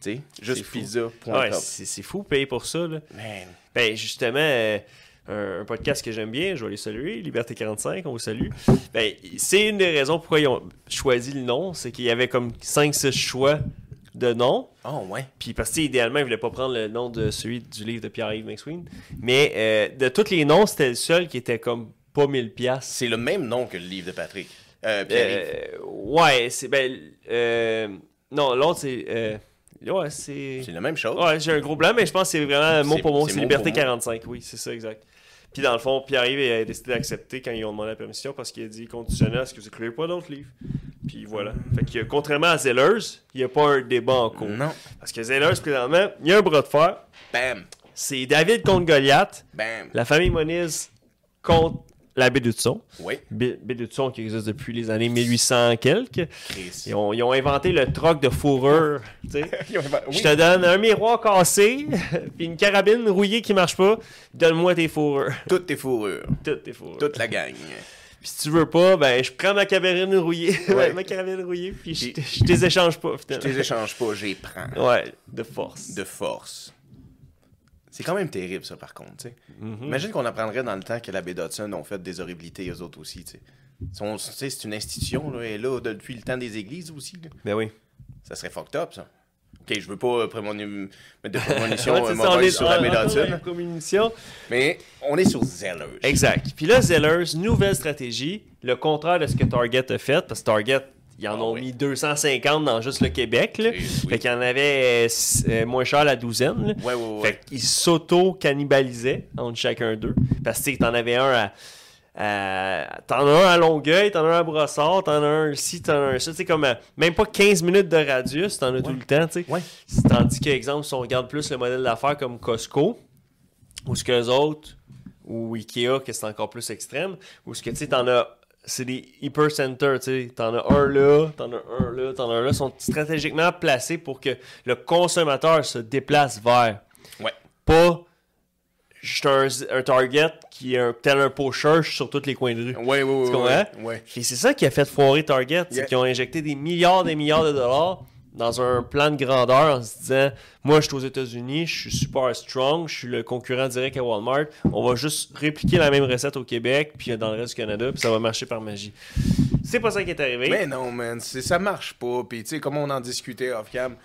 S1: Tu sais,
S2: C'est
S1: juste
S2: fou.
S1: pizza.com.
S2: Ouais, c'est c'est fou payer pour ça, là.
S1: Man,
S2: Ben justement, euh, un, un podcast que j'aime bien, je vais les saluer, Liberté 45, on vous salue. Ben, c'est une des raisons pourquoi ils ont choisi le nom, c'est qu'il y avait comme 5-6 choix de noms.
S1: oh ouais.
S2: Puis parce que tu sais, idéalement, ils voulaient pas prendre le nom de celui du livre de Pierre-Yves McSween. Mais euh, de tous les noms, c'était le seul qui était comme pas 1000 piastres.
S1: C'est le même nom que le livre de Patrick. Euh, Pierre-Yves.
S2: Euh, ouais, c'est ben euh, non, l'autre c'est euh, ouais, c'est
S1: c'est la même chose.
S2: euh. Ouais, j'ai un gros blanc, mais je pense que c'est vraiment mot
S1: C'est-
S2: pour mot,
S1: c'est
S2: c'est
S1: mot
S2: Liberté
S1: pour mot.
S2: 45, oui, c'est ça, exact. Puis dans le fond, Pierre-Yves a décidé d'accepter quand ils ont demandé la permission parce qu'il a dit conditionnel à ce que vous écrivez pas d'autres livres. Puis voilà. Fait que contrairement à Zellers, il n'y a pas un débat en cours.
S1: Non.
S2: Parce que Zellers, présentement, il y a un bras de fer.
S1: Bam,
S2: C'est David contre Goliath,
S1: bam.
S2: la famille Moniz contre l'abbé Dutson.
S1: Oui,
S2: B- Baie de Hudson qui existe depuis les années 1800 quelques. (laughs)
S1: Chris.
S2: Ils ont, ils ont inventé le troc de fourrure. tu sais.
S1: Ils ont inventé- oui.
S2: Je te donne un miroir cassé, (laughs) puis une carabine rouillée qui marche pas. Donne-moi tes fourrures. (laughs)
S1: Toutes tes fourrures,
S2: Toutes tes fourrures.
S1: toute la gang.
S2: Puis si tu veux pas, ben je prends ma carabine rouillée, (laughs)
S1: Ouais.
S2: ma carabine rouillée, puis je
S1: Puis-
S2: te- je les échange pas.
S1: Je
S2: Finalement.
S1: les échange pas, j'y prends.
S2: Ouais, de force.
S1: de force. C'est quand même terrible, ça, par contre. tu sais.
S2: Mm-hmm.
S1: Imagine qu'on apprendrait dans le temps que l'abbé Dodson ont fait des horribilités, eux autres aussi. tu sais. Son- tu sais, C'est une institution, là, et là, de- depuis le temps des églises aussi. là.
S2: Ben oui.
S1: Ça serait fucked up, ça. Ok, je veux pas euh, prémoni- mettre de prémonition
S2: (laughs) Ouais,
S1: euh,
S2: c'est ça, on est
S1: mauvaise sur l'abbé
S2: on- on-
S1: Dodson,
S2: on- comme une mission.
S1: mais on est sur Zellers.
S2: Exact. Puis là, Zellers, nouvelle stratégie, le contraire de ce que Target a fait, parce que Target, ils en
S1: Ah
S2: ont
S1: oui.
S2: mis 250 dans juste le Québec. Là.
S1: Et oui.
S2: Fait qu'il y en avait euh, s- euh, moins cher la douzaine. là.
S1: Ouais, ouais, ouais.
S2: Fait qu'ils s'auto-cannibalisaient entre chacun d'eux. Parce que tu sais, t'en avais un à. à- t'en as un à Longueuil, t'en as un à Brossard, t'en as un ici, t'en as un ça. Tu sais, comme à- même pas 15 minutes de radius, t'en as tout le temps. tu sais.
S1: Ouais.
S2: Tandis que, exemple, si on regarde plus le modèle d'affaires comme Costco, ou ce qu'eux autres, ou Ikea, que c'est encore plus extrême, ou ce que tu sais, t'en as. C'est des hypercenters, tu sais. T'en as un là, t'en as un là, t'en as un là. sont stratégiquement placés pour que le consommateur se déplace vers.
S1: Ouais.
S2: Pas. Je suis un, un target qui est un, tel un pocheur, je suis sur tous les coins de rue.
S1: Ouais, ouais, ouais.
S2: Tu comprends?
S1: ouais, ouais.
S2: Et c'est ça qui a fait foirer Target, c'est
S1: Yeah.
S2: qu'ils ont injecté des milliards des milliards de dollars dans un plan de grandeur en se disant moi je suis aux États-Unis, je suis super strong, je suis le concurrent direct à Walmart, on va juste répliquer la même recette au Québec puis dans le reste du Canada puis ça va marcher par magie. C'est pas ça qui est arrivé.
S1: Mais non, man, c'est- ça marche pas. Puis, tu sais, comme on en discutait off-cam,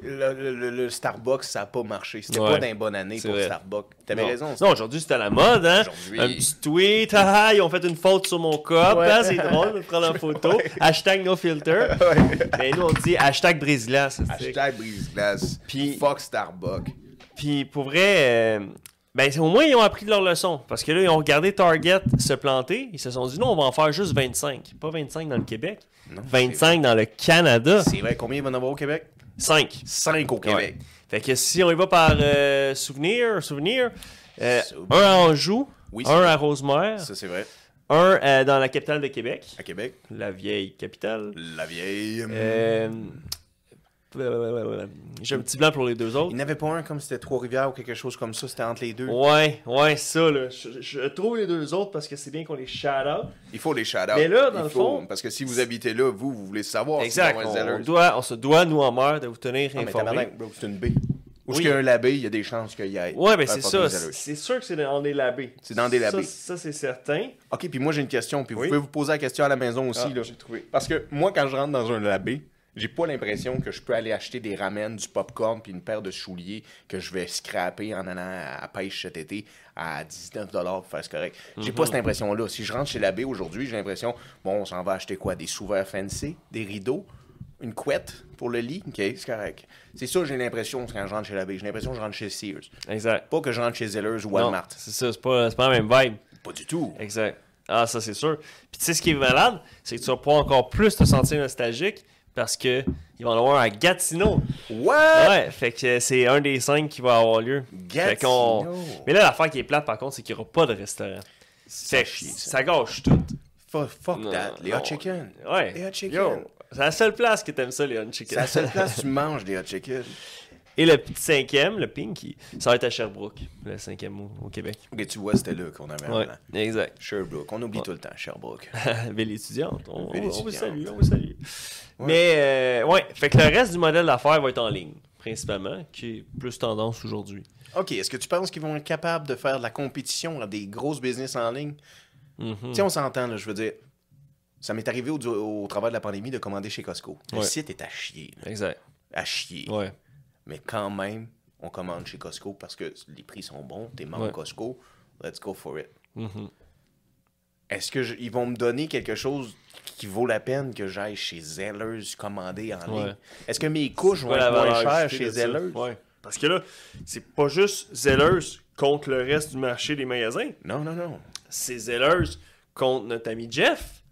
S1: le, le- le- le Starbucks, ça a pas marché. C'était
S2: Ouais.
S1: pas d'une bonne année
S2: C'est
S1: pour
S2: vrai.
S1: Starbucks. T'avais
S2: Non.
S1: raison.
S2: Non, aujourd'hui c'était à la mode, hein?
S1: Aujourd'hui.
S2: Un petit tweet, ah, ah, ils ont fait une faute sur mon cop,
S1: Ouais.
S2: hein, c'est drôle de prendre
S1: (laughs)
S2: en photo. Hashtag no filter. Mais nous on dit hashtag brésilas. c'est-
S1: Hashtag brise-glace.
S2: Puis-
S1: Fuck Starbucks.
S2: Puis pour vrai, euh, ben, c'est- au moins ils ont appris de leur leçon. Parce que là, ils ont regardé Target se planter. Ils se sont dit, non, on va en faire juste 25. Pas 25 dans le Québec. 25 dans le Canada.
S1: C'est vrai, combien il va y en avoir au Québec?
S2: 5.
S1: 5 au Québec.
S2: Fait que si on y va par euh, souvenir, souvenir, euh,
S1: Souvenir.
S2: un à Anjou,
S1: Oui,
S2: un à Rosemère,
S1: Ça, c'est vrai.
S2: un euh, dans la capitale de Québec,
S1: À Québec,
S2: la vieille capitale.
S1: la vieille.
S2: Euh, J'ai un petit blanc pour les deux autres.
S1: Il n'y en avait pas un comme c'était Trois-Rivières ou quelque chose comme ça, c'était entre les deux.
S2: Ouais, ouais, ça, là. Je, je trouve les deux autres parce que c'est bien qu'on les shout-out.
S1: Il faut les shout-out.
S2: Mais là, dans
S1: Il
S2: le
S1: faut,
S2: fond-
S1: Parce que si vous habitez là, vous, vous voulez savoir.
S2: Exact.
S1: si
S2: On,
S1: Noël Zeller-
S2: doit, on se doit, nous, en mer, de vous tenir
S1: Ah, mais
S2: informés.
S1: tabarnak, bro, c'est une baie. Où
S2: Oui.
S1: est-ce qu'il y a un labé, il y a des chances qu'il y ait.
S2: ouais, mais
S1: un
S2: c'est
S1: fucking
S2: ça.
S1: Zeller.
S2: C'est c'est sûr que c'est dans des labés.
S1: C'est dans des
S2: Ça,
S1: labés.
S2: Ça, c'est certain.
S1: Ok, puis moi, j'ai une question. Puis
S2: Oui.
S1: vous pouvez vous poser la question à la maison aussi.
S2: Ah,
S1: là.
S2: j'ai trouvé.
S1: Parce que moi, quand je rentre dans un labé, j'ai pas l'impression que je peux aller acheter des ramen, du popcorn, puis une paire de souliers que je vais scraper en allant à la pêche cet été à 19 pour faire ce correct. J'ai pas cette impression-là. Si je rentre chez l'abbé aujourd'hui, j'ai l'impression, bon, on s'en va acheter quoi Des sous-verts fancy, des rideaux, une couette pour le lit. Ok, c'est correct. C'est ça, j'ai l'impression quand je rentre chez l'abbé. J'ai l'impression que je rentre chez Sears.
S2: Exact.
S1: Pas que je rentre chez Zellers ou
S2: Non,
S1: Walmart.
S2: C'est ça, c'est pas, c'est pas la même vibe.
S1: Pas du tout.
S2: Exact. Ah, ça, c'est sûr. Puis tu sais, ce qui est malade, c'est que tu vas pouvoir encore plus te sentir nostalgique parce que ils vont en avoir un à Gatineau.
S1: What
S2: Ouais, fait que c'est un des cinq qui va avoir lieu. Fait qu'on-
S1: Gatineau.
S2: Mais là, l'affaire qui est plate, par contre, c'est qu'il n'y aura pas de restaurant. Fait que
S1: chie, ça.
S2: ça gâche tout.
S1: Fuck, fuck
S2: Non,
S1: that. Les
S2: non.
S1: hot chicken.
S2: Ouais.
S1: Les hot chicken.
S2: Yo, c'est la seule place que t'aimes ça, les hot
S1: C'est
S2: chicken.
S1: la seule place où tu manges des hot chicken.
S2: (laughs) Et le petit cinquième, le Pinky, ça va être à Sherbrooke, le cinquième au, au Québec.
S1: Mais tu vois, c'était là qu'on avait un
S2: Ouais,
S1: plan.
S2: exact.
S1: Sherbrooke, on oublie tout le temps Sherbrooke.
S2: (laughs) Ville étudiante. On,
S1: Ville
S2: on- on vous
S1: étudiante.
S2: salue, on vous salue. Mais, euh, ouais, fait que le reste du modèle d'affaires va être en ligne, principalement, qui est plus tendance aujourd'hui.
S1: OK, est-ce que tu penses qu'ils vont être capables de faire de la compétition à des grosses business en ligne?
S2: Mm-hmm.
S1: Tu sais, on s'entend, là, je veux dire. Ça m'est arrivé au, au travers de la pandémie de commander chez Costco. Le
S2: Ouais.
S1: site est à chier. là.
S2: Exact.
S1: À chier.
S2: Ouais.
S1: Mais quand même, on commande chez Costco parce que les prix sont bons. T'es membre
S2: Ouais.
S1: Costco. Let's go for it.
S2: Mhm.
S1: Est-ce que je- ils vont me donner quelque chose qui vaut la peine que j'aille chez Zellers commander en ligne?
S2: Ouais.
S1: Est-ce que mes couches vont
S2: Pas la
S1: être moins
S2: valeur
S1: chères
S2: ajoutée
S1: chez
S2: de ça.
S1: Zellers?
S2: Ouais. Parce que là, c'est pas juste Zellers contre le reste du marché des magasins.
S1: Non, non, non.
S2: C'est Zellers contre notre ami Jeff.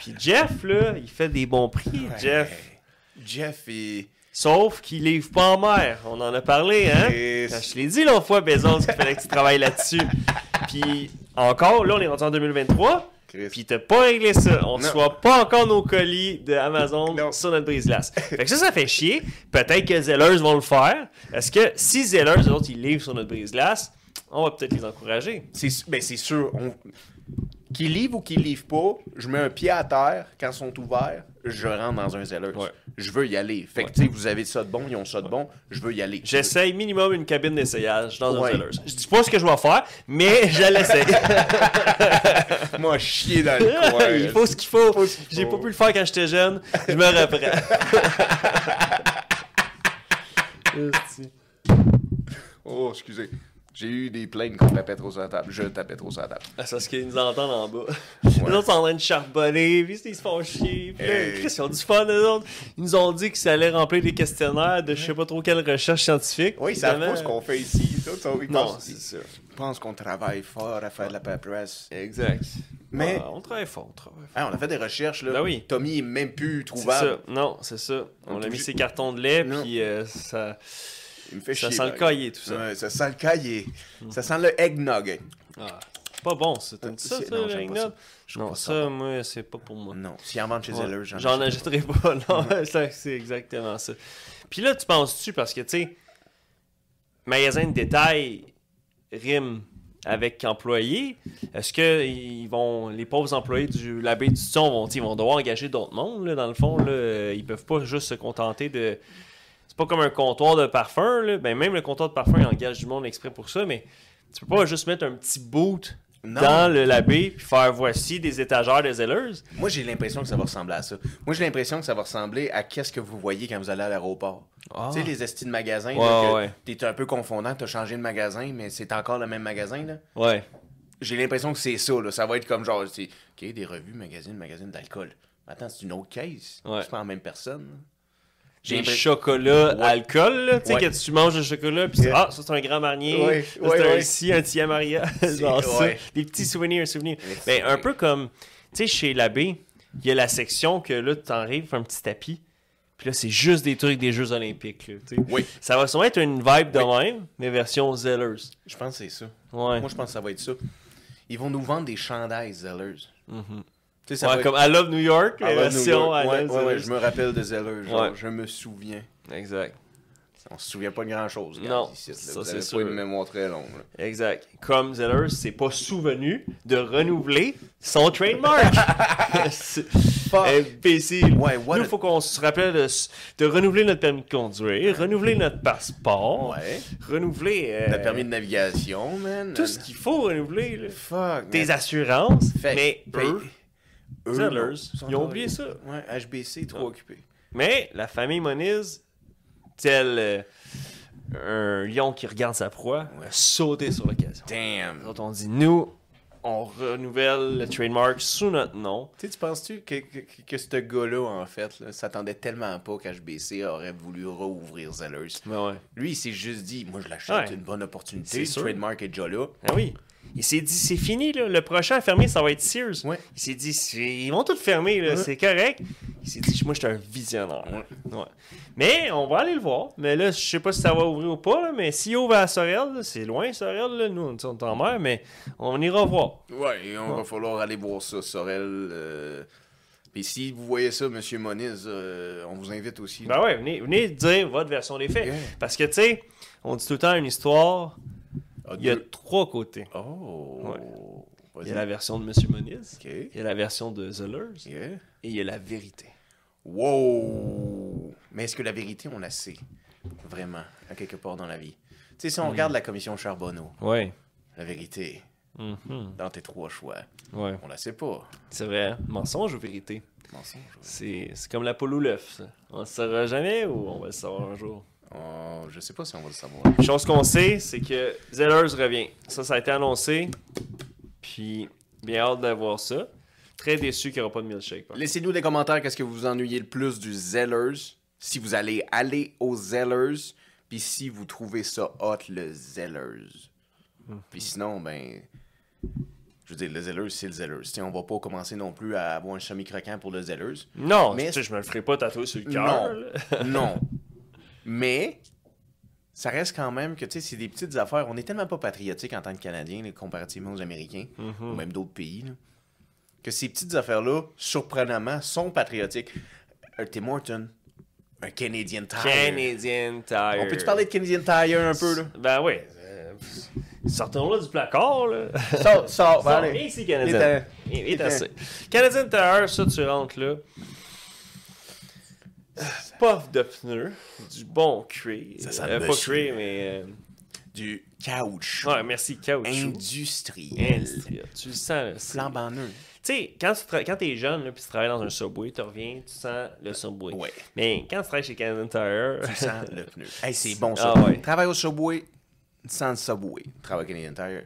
S2: Puis Jeff, là, il fait des bons prix, Jeff.
S1: Hey, Ben, Jeff est.
S2: Sauf qu'il livre pas en mer. On en a parlé, hein?
S1: Chris.
S2: Je te l'ai dit l'autre fois, Bezos, qu'il fallait que tu travailles là-dessus. Puis encore, là, on est rendu en 2023.
S1: Chris.
S2: Puis t'as pas réglé ça.
S1: Non.
S2: On reçoit pas encore nos colis de Amazon
S1: Non.
S2: sur notre brise-glace. Fait que ça, ça fait chier. Peut-être que Zellers vont le faire. Est-ce que si Zellers, eux autres, ils livrent sur notre brise-glace, on va peut-être les encourager.
S1: C'est su- ben, c'est sûr. On... Qu'ils livrent ou qu'ils livrent pas, je mets un pied à terre quand ils sont ouverts, je rentre dans un Zellers.
S2: Ouais.
S1: Je veux y aller. Fait que, tu sais, vous avez ça de bon, ils ont ça de bon, je veux y aller.
S2: J'essaye minimum une cabine d'essayage dans
S1: Ouais.
S2: un Zellers. Je dis pas ce que je vais faire, mais je l'essaye.
S1: (laughs) Moi, chier dans le coin.
S2: il faut ce qu'il faut.
S1: ce qu'il
S2: J'ai
S1: faut.
S2: pas pu le faire quand j'étais jeune. Je me reprends. Esti.
S1: Oh, excusez. J'ai eu des plaintes qu'on tapait trop sur la table. Je tapais trop sur la table.
S2: Ah, C'est parce qu'ils nous entendent en bas. Les autres sont en train de charbonner, puis ils se font chier. Puis là,
S1: Hey.
S2: Chris, ils ont du fun, les autres. Ils nous ont dit que ça allait remplir des questionnaires de je sais pas trop quelle recherche scientifique.
S1: Oui, ils savent
S2: Finalement,
S1: pas ce qu'on fait ici. Ils sont- ils
S2: Non,
S1: pensent-
S2: c'est ça.
S1: ils pensent qu'on travaille fort à faire de la paperasse.
S2: Exact.
S1: Mais-
S2: Ah, on travaille fort, on travaille fort.
S1: Ah, on a fait des recherches, là.
S2: Ben oui.
S1: Tommy est même plus
S2: C'est ça.
S1: trouvable.
S2: Non, c'est ça. On a mis
S1: obligé-
S2: ses cartons de lait,
S1: Non.
S2: puis euh, ça,
S1: Il me fait
S2: ça
S1: chier.
S2: sent le
S1: là.
S2: cahier, tout ça.
S1: Ouais, ça sent le cahier. Ça sent le eggnog.
S2: Ah, c'est pas bon, ça. T'aimes ça,
S1: Euh, C'est-
S2: ça,
S1: non,
S2: le
S1: j'aime pas
S2: Eggnog?
S1: ça. Je
S2: Non,
S1: trouve
S2: ça,
S1: pas
S2: moi, c'est pas pour moi.
S1: Non, s'ils en vendent chez
S2: Ouais.
S1: Zeller,
S2: J'en achèterai pas, non. ça, (laughs) c'est exactement ça. Puis là, tu penses-tu, parce que, tu sais, magasin de détail rime avec employés, est-ce que ils vont, les pauvres employés du labé du son vont, tu sais, ils vont devoir engager d'autres mondes, là, dans le fond, là, euh, ils peuvent pas juste se contenter de... C'est pas comme un comptoir de parfum, là. Ben, même le comptoir de parfum, il engage du monde exprès pour ça, mais tu peux pas juste mettre un petit boot
S1: Non.
S2: dans le labé puis faire voici des étagères de zéleuses.
S1: Moi, j'ai l'impression que ça va ressembler à ça. Moi, j'ai l'impression que ça va ressembler à qu'est-ce que vous voyez quand vous allez à l'aéroport.
S2: Ah.
S1: Tu sais, les estis de magasin,
S2: Ouais,
S1: là, que
S2: ouais.
S1: t'es un peu confondant, t'as changé de magasin, mais c'est encore le même magasin, là.
S2: Ouais.
S1: J'ai l'impression que c'est ça, là. Ça va être comme genre, c'est OK, des revues, magazines, magazines d'alcool. Mais Attends, c'est une autre case.
S2: Ouais.
S1: C'est pas la même personne. là.
S2: J'ai
S1: l'impres-
S2: chocolat,
S1: Ouais.
S2: alcool, là, tu sais,
S1: Ouais.
S2: que tu manges le chocolat, puis tu-
S1: Yeah.
S2: ah, ça c'est un grand marnier,
S1: Ouais,
S2: ça,
S1: ouais,
S2: c'est un
S1: ouais.
S2: ici, un petit Maria,
S1: (laughs)
S2: genre ça.
S1: ouais.
S2: Des petits souvenirs, souvenirs.
S1: Des
S2: Ben, un
S1: souvenirs.
S2: peu comme, tu sais, chez l'abbé, il y a la section que là, tu arrives, un petit tapis, puis là, c'est juste des trucs des Jeux Olympiques, là, tu sais.
S1: Oui.
S2: Ça va sûrement être une vibe de même, mais version zelleuse.
S1: Je pense que c'est ça.
S2: Ouais.
S1: Moi, je pense que ça va être ça. Ils vont nous vendre des chandails Zellers. Tu sais, ça
S2: Mm-hmm. Ouais,
S1: va-
S2: comme I Love New York,
S1: Ah,
S2: mais
S1: ouais,
S2: version
S1: New York.
S2: I
S1: Ouais,
S2: Love
S1: ouais, ouais,
S2: Zeller.
S1: je me rappelle de Zeller. Genre,
S2: Ouais.
S1: je me souviens.
S2: Exact.
S1: On se souvient pas de grand chose.
S2: Non, ça,
S1: ça
S2: c'est
S1: c'est
S2: sûr.
S1: pas une mémoire très longue. là.
S2: Exact. Comme Zeller s'est pas souvenu de renouveler son trademark. C'est-
S1: (laughs) Fuck.
S2: NPC.
S1: Ouais, what
S2: Nous,
S1: a-
S2: faut qu'on se rappelle de, s- de renouveler notre permis de conduire, renouveler notre passeport,
S1: Ouais.
S2: renouveler euh,
S1: Le permis de navigation, man.
S2: tout ce qu'il faut renouveler. là.
S1: Fuck.
S2: Tes
S1: man.
S2: assurances,
S1: Fait-
S2: mais
S1: fait-
S2: eux,
S1: eux,
S2: Zellers,
S1: sont
S2: ils ont oublié
S1: encore-
S2: ça.
S1: Ouais, HBC, trop
S2: Ouais.
S1: occupé.
S2: Mais la famille Moniz, tel euh, un lion qui regarde sa proie, a sauté sur l'occasion.
S1: Damn.
S2: Quand on dit nous, on renouvelle le trademark sous notre nom.
S1: Tu sais, tu penses-tu que, que, que- que ce gars-là, en fait, là, s'attendait tellement pas qu'HBC aurait voulu rouvrir Zellers?
S2: Mais ouais.
S1: Lui, il s'est juste dit, moi, je l'achète,
S2: Ouais.
S1: une bonne opportunité.
S2: C'est
S1: Le
S2: sûr.
S1: trademark est déjà là.
S2: Ah oui. Il s'est dit, c'est fini, là. le prochain à fermer, ça va être Sears.
S1: Ouais.
S2: Il s'est dit, c'est- ils vont tout fermer, là,
S1: Ouais.
S2: c'est correct. Il s'est dit, moi, je suis un visionnaire. Ouais. Mais on va aller le voir. Mais là, je sais pas si ça va ouvrir ou pas, là, mais s'il ouvre à Sorel, là, c'est loin, Sorel, là. nous, on est en mer, mais on ira voir.
S1: Ouais, et on va falloir aller voir ça, Sorel. euh, Puis si vous voyez ça, Monsieur Moniz, euh, on vous invite aussi.
S2: Ben ouais, venez, venez dire votre version des faits.
S1: Yeah.
S2: Parce que, tu sais, on dit tout le temps une histoire,
S1: Ah,
S2: il y a
S1: deux-
S2: trois côtés.
S1: Oh.
S2: Il
S1: Vas-y.
S2: y a la version de Monsieur Moniz,
S1: Ok.
S2: il y a la version de Zellers,
S1: Yeah.
S2: et il y a la vérité.
S1: Wow! Mais est-ce que la vérité, on la sait? Vraiment, à quelque part dans la vie. Tu sais,
S2: Hmm.
S1: si on regarde la commission Charbonneau,
S2: Ouais.
S1: la vérité, dans tes trois choix,
S2: Mm-hmm. Ouais.
S1: on la sait pas.
S2: C'est vrai. hein? Mensonge ou vérité?
S1: Mensonge.
S2: C'est c'est comme la poule ou l'œuf, ça. On le saura jamais ou on va le savoir un jour?
S1: Oh, je sais pas si on va le savoir.
S2: Chose qu'on sait, c'est que Zellers revient. Ça, ça a été annoncé. Puis, bien hâte d'avoir ça. Très déçu qu'il n'y aura pas de milkshake. par contre.
S1: Laissez-nous des commentaires qu'est-ce que vous vous ennuyez le plus du Zellers. Si vous allez aller au Zellers, puis si vous trouvez ça hot, le Zellers. Puis sinon, ben. Je veux dire, le Zellers, c'est le Zellers. Tu sais, on va pas commencer non plus à avoir un chemin croquant pour le Zellers.
S2: Non,
S1: Mais-
S2: tu sais, je me le ferai pas tatouer sur le
S1: Non. (laughs)
S2: cœur. là.
S1: non. Mais. Ça reste quand même que, tu sais, c'est des petites affaires. On est tellement pas patriotique en tant que Canadiens, là, comparativement aux Américains,
S2: Mm-hmm.
S1: ou même d'autres pays. là. que ces petites affaires-là, surprenamment, sont patriotiques. Un Tim Horton, un Canadian Tire.
S2: Canadian Tire.
S1: On peut-tu parler de Canadian Tire un peu, là?
S2: Ben oui. Sortons-le du placard, là. (laughs)
S1: Sors, sors,
S2: Bon,
S1: va, allez.
S2: et c'est Canadien.
S1: Il est à-
S2: Il- il est
S1: il est
S2: assez. Canadien intérieur, ça, tu rentres là. Pof de pneus, du bon cuir.
S1: Ça sent
S2: Euh,
S1: le
S2: pas
S1: monsieur.
S2: cuir, mais. euh,
S1: Du caoutchouc.
S2: Ouais, merci, caoutchouc.
S1: Industriel.
S2: Industriel. Tu le sens, là. c'est-
S1: Flambe en eux.
S2: Tu sais, quand, tu tra- quand t'es jeune, là, puis tu travailles dans un subway, tu reviens, tu sens le subway.
S1: Ouais.
S2: Mais quand tu travailles chez Canadien Tire.
S1: Tu sens (laughs) le pneu. Hey, c'est bon, ça.
S2: Ah ouais.
S1: Travaille au Subway, tu sens le Subway. Travaille au Canadian Tire,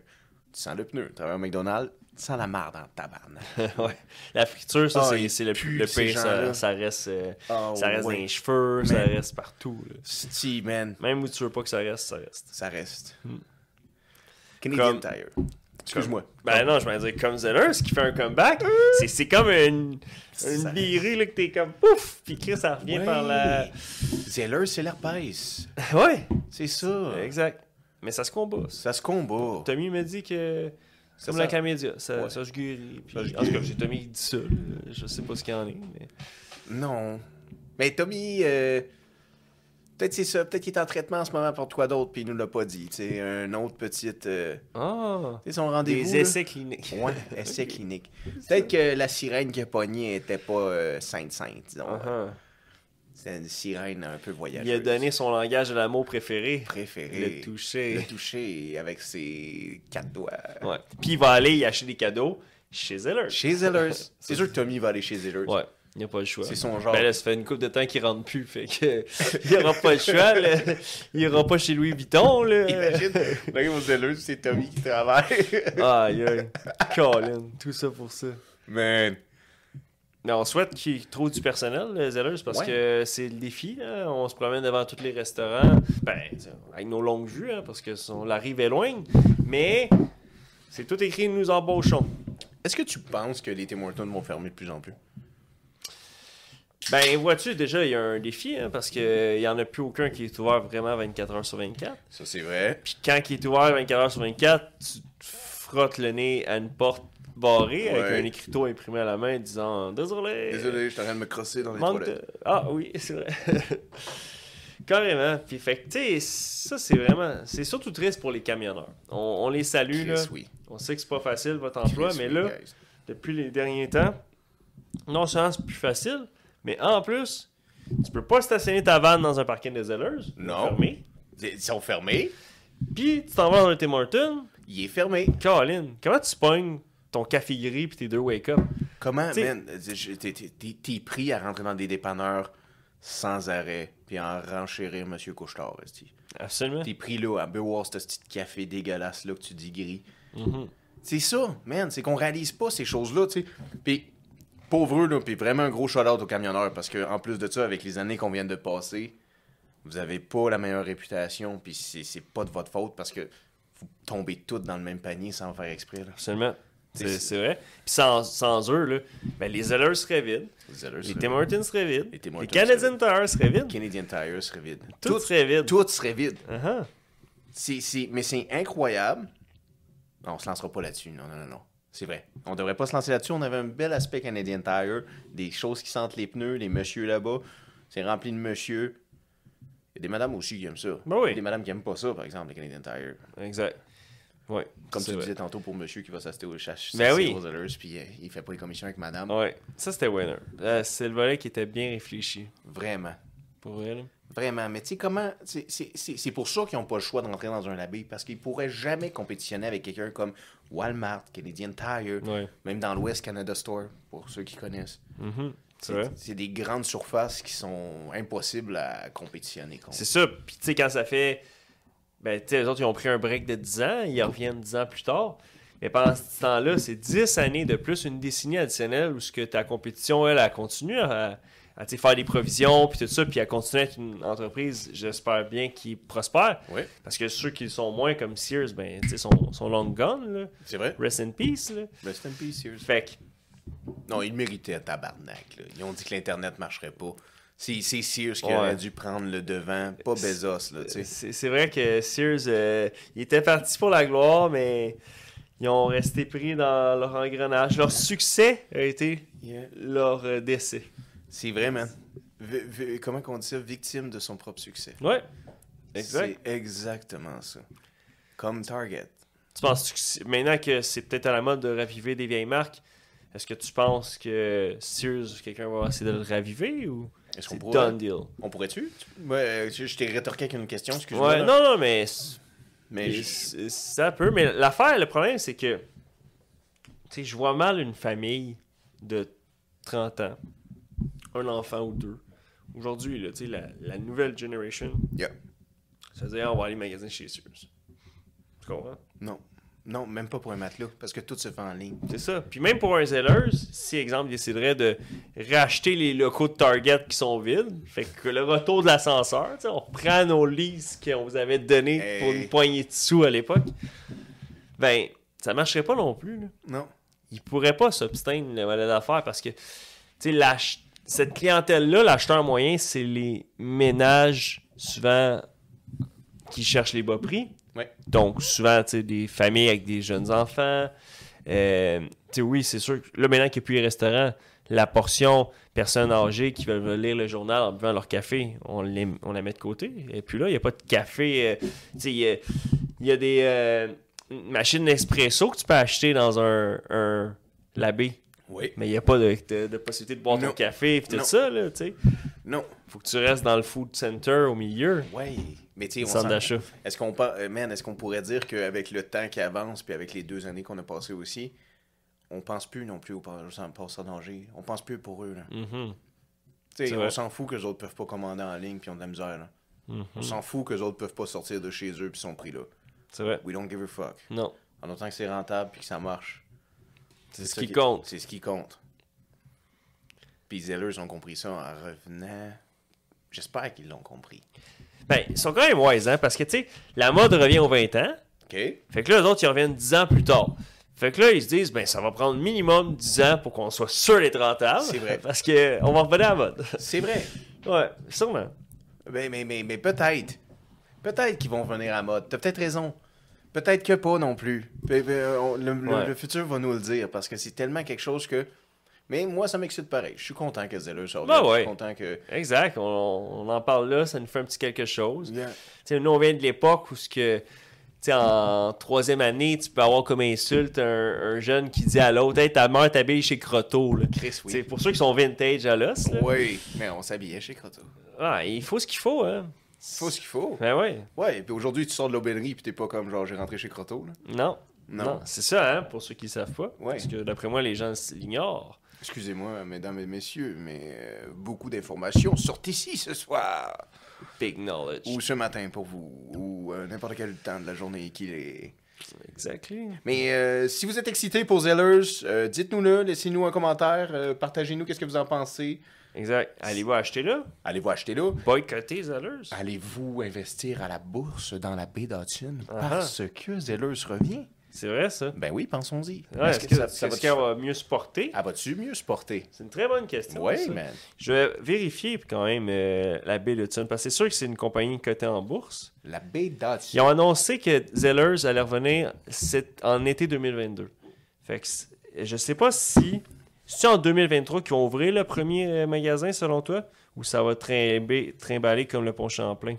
S1: tu sens le pneu. Travaille au McDonald's, tu sens la marde en tabarnak.
S2: (laughs) ouais. La friture, ça,
S1: Ah,
S2: c'est
S1: il
S2: c'est le,
S1: pue,
S2: le
S1: ces
S2: pire. Ça,
S1: gens-là.
S2: ça reste, euh,
S1: Ah,
S2: ça reste
S1: ouais.
S2: dans les cheveux, ça reste partout. là.
S1: Si, man,
S2: Même où tu veux pas que ça reste, ça reste.
S1: ça reste. Canadian
S2: Comme-
S1: Tire. Excuse-moi.
S2: Ben non, je vais dire comme Zellers qui fait un comeback. C'est, c'est comme une, une
S1: Ça-
S2: virée là, que t'es comme pouf, puis Chris, ça revient
S1: Ouais.
S2: par la.
S1: Zeller, c'est l'herpès.
S2: Ouais,
S1: C'est ça.
S2: exact. Mais ça se combat.
S1: Ça
S2: ça.
S1: se combat.
S2: Tommy me dit que. C'est comme
S1: Ça-
S2: la camédia, ça,
S1: Ouais.
S2: ça se guérit. puis-
S1: Ça se
S2: en tout cas,
S1: guérit.
S2: j'ai Tommy qui dit ça. là. Je sais pas ce qu'il y en est. Mais...
S1: Non. Mais Tommy, euh, peut-être c'est ça. Peut-être qu'il est en traitement en ce moment pour quoi d'autre, puis il nous l'a pas dit. C'est un autre petit. euh,
S2: Ah!
S1: tu sais, son rendez-vous.
S2: Des
S1: là.
S2: essais cliniques. (laughs)
S1: Ouais, essai clinique. Peut-être que la sirène qui a pogné était pas euh, sainte-sainte, disons.
S2: Uh-huh.
S1: C'est une sirène un peu voyageuse.
S2: Il a donné son langage de l'amour préféré.
S1: préféré.
S2: Le toucher.
S1: Le toucher avec ses quatre doigts.
S2: Ouais. Puis il va aller y acheter des cadeaux chez Zellers.
S1: Chez
S2: (laughs)
S1: Zellers. C'est sûr que Tommy va aller chez Zellers.
S2: Ouais, il n'y a pas le choix.
S1: C'est son genre.
S2: Ben là, ça fait une coupe de temps qu'il rentre plus, fait que (laughs) il aura pas le choix. là. Il ira pas chez Louis Vuitton là.
S1: Imagine,
S2: (laughs)
S1: là, au Zellers, c'est Tommy qui travaille. (laughs)
S2: Aïe aïe. Colin, tout ça pour ça.
S1: Man.
S2: Mais on souhaite qu'il trouve du personnel, le Zellers, parce
S1: Ouais.
S2: que c'est le défi. là. On se promène devant tous les restaurants. Ben, t'sais, avec nos longues vues, hein, parce que son- la rive est loin. Mais c'est tout écrit, nous embauchons.
S1: Est-ce que tu penses que les Tim Hortons vont fermer de plus en plus?
S2: Ben, vois-tu, déjà, il y a un défi, hein, parce qu'il n'y en a plus aucun qui est ouvert vraiment 24 heures sur 24.
S1: Ça, c'est vrai.
S2: Puis quand il est ouvert 24h sur 24, tu te frottes le nez à une porte barré avec
S1: Ouais.
S2: un écriteau imprimé à la main disant Désolé.
S1: Désolé, je suis en train de me crosser dans les
S2: Euh, Manque
S1: toilettes.
S2: de- Ah oui, (laughs) c'est vrai. Carrément. Puis fait que, tu sais, ça c'est vraiment. C'est surtout triste pour les camionneurs. On, on les salue, là.
S1: Chris, oui.
S2: On sait que c'est pas facile votre emploi,
S1: Chris,
S2: mais
S1: oui,
S2: là,
S1: guys.
S2: depuis les derniers temps, non seulement c'est plus facile, mais en plus, tu peux pas stationner ta vanne dans un parking des zéleuses.
S1: Non.
S2: Fermé.
S1: Ils sont fermés.
S2: Puis tu t'en vas dans le Tim Hortons.
S1: Il est fermé.
S2: Caroline, comment tu pognes ton café gris puis tes deux wake-up?
S1: Comment,
S2: T'sais-
S1: man, euh, je- t'es- t'es- t'es t'es pris à rentrer dans des dépanneurs sans arrêt, puis à en renchérir Monsieur Couchetard, esti.
S2: Absolument.
S1: T'es pris là à boire ce petit café dégueulasse là que tu dis gris.
S2: Mm-hmm.
S1: C'est ça, man, c'est qu'on réalise pas ces choses-là, tu sais. Puis pauvre eux, là, puis vraiment un gros shout-out aux camionneurs, parce que en plus de ça, avec les années qu'on vient de passer, vous avez pas la meilleure réputation, puis c'est c'est pas de votre faute, parce que vous tombez toutes dans le même panier sans faire exprès, là.
S2: Absolument. C'est
S1: C'est-
S2: c'est vrai. Puis sans, sans eux, là, ben, les zéleurs seraient vides.
S1: Vous allez-
S2: Les Tim Hortons seraient vides.
S1: Les
S2: Les,
S1: Tim Hortons
S2: Canadian Tire seraient vides.
S1: Canadian Tire serait vide.
S2: Tout serait vide.
S1: Tout serait vide.
S2: Uh-huh.
S1: C'est- c'est- mais c'est incroyable. Non, on se lancera pas là-dessus. Non, non, non, non. C'est vrai. On devrait pas se lancer là-dessus. On avait un bel aspect Canadian Tire. Des choses qui sentent les pneus, les messieurs là-bas. C'est rempli de monsieur. Il y a des madames aussi qui aiment ça.
S2: Ben oui.
S1: Il y a Des madames qui aiment pas ça, par exemple, le Canadian Tire.
S2: Exact. Ouais.
S1: Comme
S2: c'est
S1: tu
S2: vrai.
S1: disais tantôt pour monsieur qui va s'acheter au chasse
S2: Ben oui. Ah.
S1: puis euh, il fait pas les commissions avec madame.
S2: Ouais. Ça, c'était winner. Euh, c'est le volet qui était bien réfléchi.
S1: Vraiment.
S2: Pour elle.
S1: Vraiment. Mais tu sais comment. c'est- C'est c'est- c'est pour ça qu'ils n'ont pas le choix de rentrer dans un labé, parce qu'ils pourraient jamais compétitionner avec quelqu'un comme Walmart, Canadian Tire,
S2: Ouais.
S1: même dans l'Ouest Canada Store, pour ceux qui connaissent.
S2: C'est vrai.
S1: C'est des grandes surfaces qui sont impossibles à compétitionner contre.
S2: C'est ça. Puis, tu sais, quand ça fait. Ben, tu sais, les autres, ils ont pris un break de 10 ans. Ils reviennent 10 ans plus tard. Mais pendant ce temps-là, c'est 10 années de plus, une décennie additionnelle où ce que ta compétition, elle, elle continue à, à, tu sais, faire des provisions, puis tout ça, puis à continuer à être une entreprise, j'espère bien, qui prospère.
S1: Oui,
S2: Parce que ceux qui le sont moins, comme Sears, ben, tu sais, sont, sont long gone, là.
S1: c'est vrai.
S2: Rest in peace, là.
S1: Rest in peace, Sears.
S2: Fait que,
S1: Non, ils méritaient un tabarnak. là. Ils ont dit que l'Internet marcherait pas. C'est c'est Sears qui
S2: Ouais.
S1: aurait dû prendre le devant, pas Bezos. Là, tu sais.
S2: C'est c'est vrai que Sears, euh, il était parti pour la gloire, mais ils ont resté pris dans leur engrenage. Leur succès a été leur euh, décès.
S1: C'est vrai, man. V- v- comment qu'on dit ça? Victime de son propre succès.
S2: Ouais. Exact.
S1: C'est exactement ça. Comme Target.
S2: Tu penses que si- maintenant que c'est peut-être à la mode de raviver des vieilles marques, est-ce que tu penses que Sears, quelqu'un va essayer de le raviver ou
S1: Est-ce qu'on
S2: c'est
S1: pourrait
S2: done deal?
S1: On pourrait-tu Ouais, euh, je, je t'ai rétorqué avec une question, excuse-moi.
S2: Ouais,
S1: là.
S2: non, non, mais c'est-
S1: Mais
S2: Et
S1: je-
S2: c- ça peut, mais l'affaire, le problème, c'est que tu sais, je vois mal une famille de 30 ans, un enfant ou deux. Aujourd'hui, là, tu sais, la, la nouvelle generation,
S1: Yeah.
S2: ça veut dire ah, on va aller magasiner chez Sears. Tu comprends?
S1: non. Non, même pas pour un matelas, parce que tout se fait en ligne.
S2: C'est ça. Puis même pour un Zellers, si, exemple, déciderait de racheter les locaux de Target qui sont vides, fait que le retour de l'ascenseur, tu sais, on prend nos leases qu'on vous avait données
S1: Hey.
S2: pour une poignée de sous à l'époque, ben, ça marcherait pas non plus, là.
S1: Non.
S2: il pourrait pas s'obstiner le modèle d'affaires parce que tu sais, l'ach- cette clientèle-là, l'acheteur moyen, c'est les ménages souvent qui cherchent les bas prix.
S1: Ouais.
S2: Donc souvent, tu sais, des familles avec des jeunes enfants. Euh, tu sais, oui, c'est sûr. que Là, maintenant qu'il n'y a plus les restaurants, la portion personnes âgées qui veulent lire le journal en buvant leur café, on, les- on la met de côté. Et puis là, il n'y a pas de café. euh, tu sais, il y a- il y, a des euh, machines Nespresso que tu peux acheter dans un, un labé.
S1: Oui.
S2: Mais il n'y a pas de, de- de possibilité de boire
S1: Non.
S2: ton café et tout
S1: Non.
S2: ça. Là, tu sais.
S1: Non.
S2: Faut que tu restes dans le food center au milieu.
S1: Ouais. Mais tu sais, on
S2: Centre
S1: s'en-
S2: d'achat.
S1: Est-ce qu'on par- euh, man, est-ce qu'on pourrait dire qu'avec le temps qui avance, puis avec les deux années qu'on a passées aussi, on pense plus non plus aux pa- aux passeurs danger. On pense plus pour eux, là.
S2: Mhm.
S1: Tu sais,
S2: C'est
S1: on
S2: vrai. Mm-hmm.
S1: s'en fout que les autres peuvent pas commander en ligne puis ont de la misère. Là. On s'en fout que les autres peuvent pas sortir de chez eux puis sont pris là.
S2: C'est vrai.
S1: We don't give a fuck.
S2: Non.
S1: En autant que c'est rentable puis que ça marche.
S2: C'est ce
S1: ça
S2: qui compte.
S1: C'est ce qui compte. Puis les Zellers ont compris ça en revenant. J'espère qu'ils l'ont compris.
S2: Ben, ils sont quand même wise, hein, parce que, tu sais, la mode revient aux 20 ans.
S1: OK?
S2: Fait que là, eux autres, ils reviennent 10 ans plus tard. Fait que là, ils se disent, ben, ça va prendre minimum 10 ans pour qu'on soit sûr d'être rentable.
S1: C'est vrai.
S2: (laughs) Parce que on va revenir à la mode. (laughs)
S1: C'est vrai.
S2: ouais, sûrement.
S1: Mais, mais, mais, mais peut-être. Peut-être qu'ils vont revenir à la mode. T'as peut-être raison. Peut-être que pas non plus. Pe- pe- on- Le, le-
S2: Ouais.
S1: le futur va nous le dire parce que c'est tellement quelque chose que. Mais moi, ça m'excite pareil. Je suis content que Zeller sorte.
S2: Ben
S1: Je
S2: ouais.
S1: suis content que.
S2: Exact, on, on en parle là, ça nous fait un petit quelque chose.
S1: Yeah.
S2: Tu sais, nous, on vient de l'époque où ce que, tu sais, en troisième année, tu peux avoir comme insulte un, un jeune qui dit à l'autre Hey, ta mère t'habille chez Croteau. là.
S1: Chris,
S2: Tu sais,
S1: oui.
S2: Pour ceux qui sont vintage à l'os, là,
S1: Oui, mais on s'habillait chez Croto.
S2: ah, il faut ce qu'il faut. Hein.
S1: Faut ce qu'il faut.
S2: Ben ouais,
S1: Ouais, et puis aujourd'hui, tu sors de l'aubainerie puis t'es pas comme genre j'ai rentré chez Croto. Là.
S2: non.
S1: Non.
S2: Non, c'est ça, hein, pour ceux qui ne savent pas.
S1: Ouais.
S2: Parce que d'après moi, les gens l'ignorent.
S1: Excusez-moi, mesdames et messieurs, mais euh, beaucoup d'informations sortent ici ce soir.
S2: Big knowledge.
S1: Ou ce matin pour vous. Ou euh, n'importe quel temps de la journée qu'il est.
S2: Exactly.
S1: Mais euh, si vous êtes excité pour Zellers, euh, dites-nous-le, laissez-nous un commentaire, euh, partagez-nous qu'est-ce que vous en pensez.
S2: Exact. Allez-vous acheter là?
S1: Allez-vous acheter là.
S2: Boycotter
S1: Ah.
S2: Zellers?
S1: Allez-vous investir à la bourse dans la baie d'Hudson
S2: Ah ah.
S1: parce que Zellers revient?
S2: C'est vrai, ça?
S1: Ben oui, pensons-y.
S2: Ouais, Est-ce que,
S1: ça,
S2: est-ce
S1: va-tu
S2: qu'elle va mieux se porter?
S1: elle va-tu mieux se porter?
S2: C'est une très bonne question.
S1: Oui,
S2: ça.
S1: man.
S2: Je vais vérifier quand même euh, la baie de Hudson, parce que c'est sûr que c'est une compagnie cotée en bourse.
S1: La baie
S2: Ils
S1: d'Hudson.
S2: ont annoncé que Zellers allait revenir cet- en été 2022. Fait que c'est- je sais pas si c'est en 2023 qu'ils vont ouvrir le premier euh, magasin selon toi ou ça va trimber- trimballer comme le pont Champlain.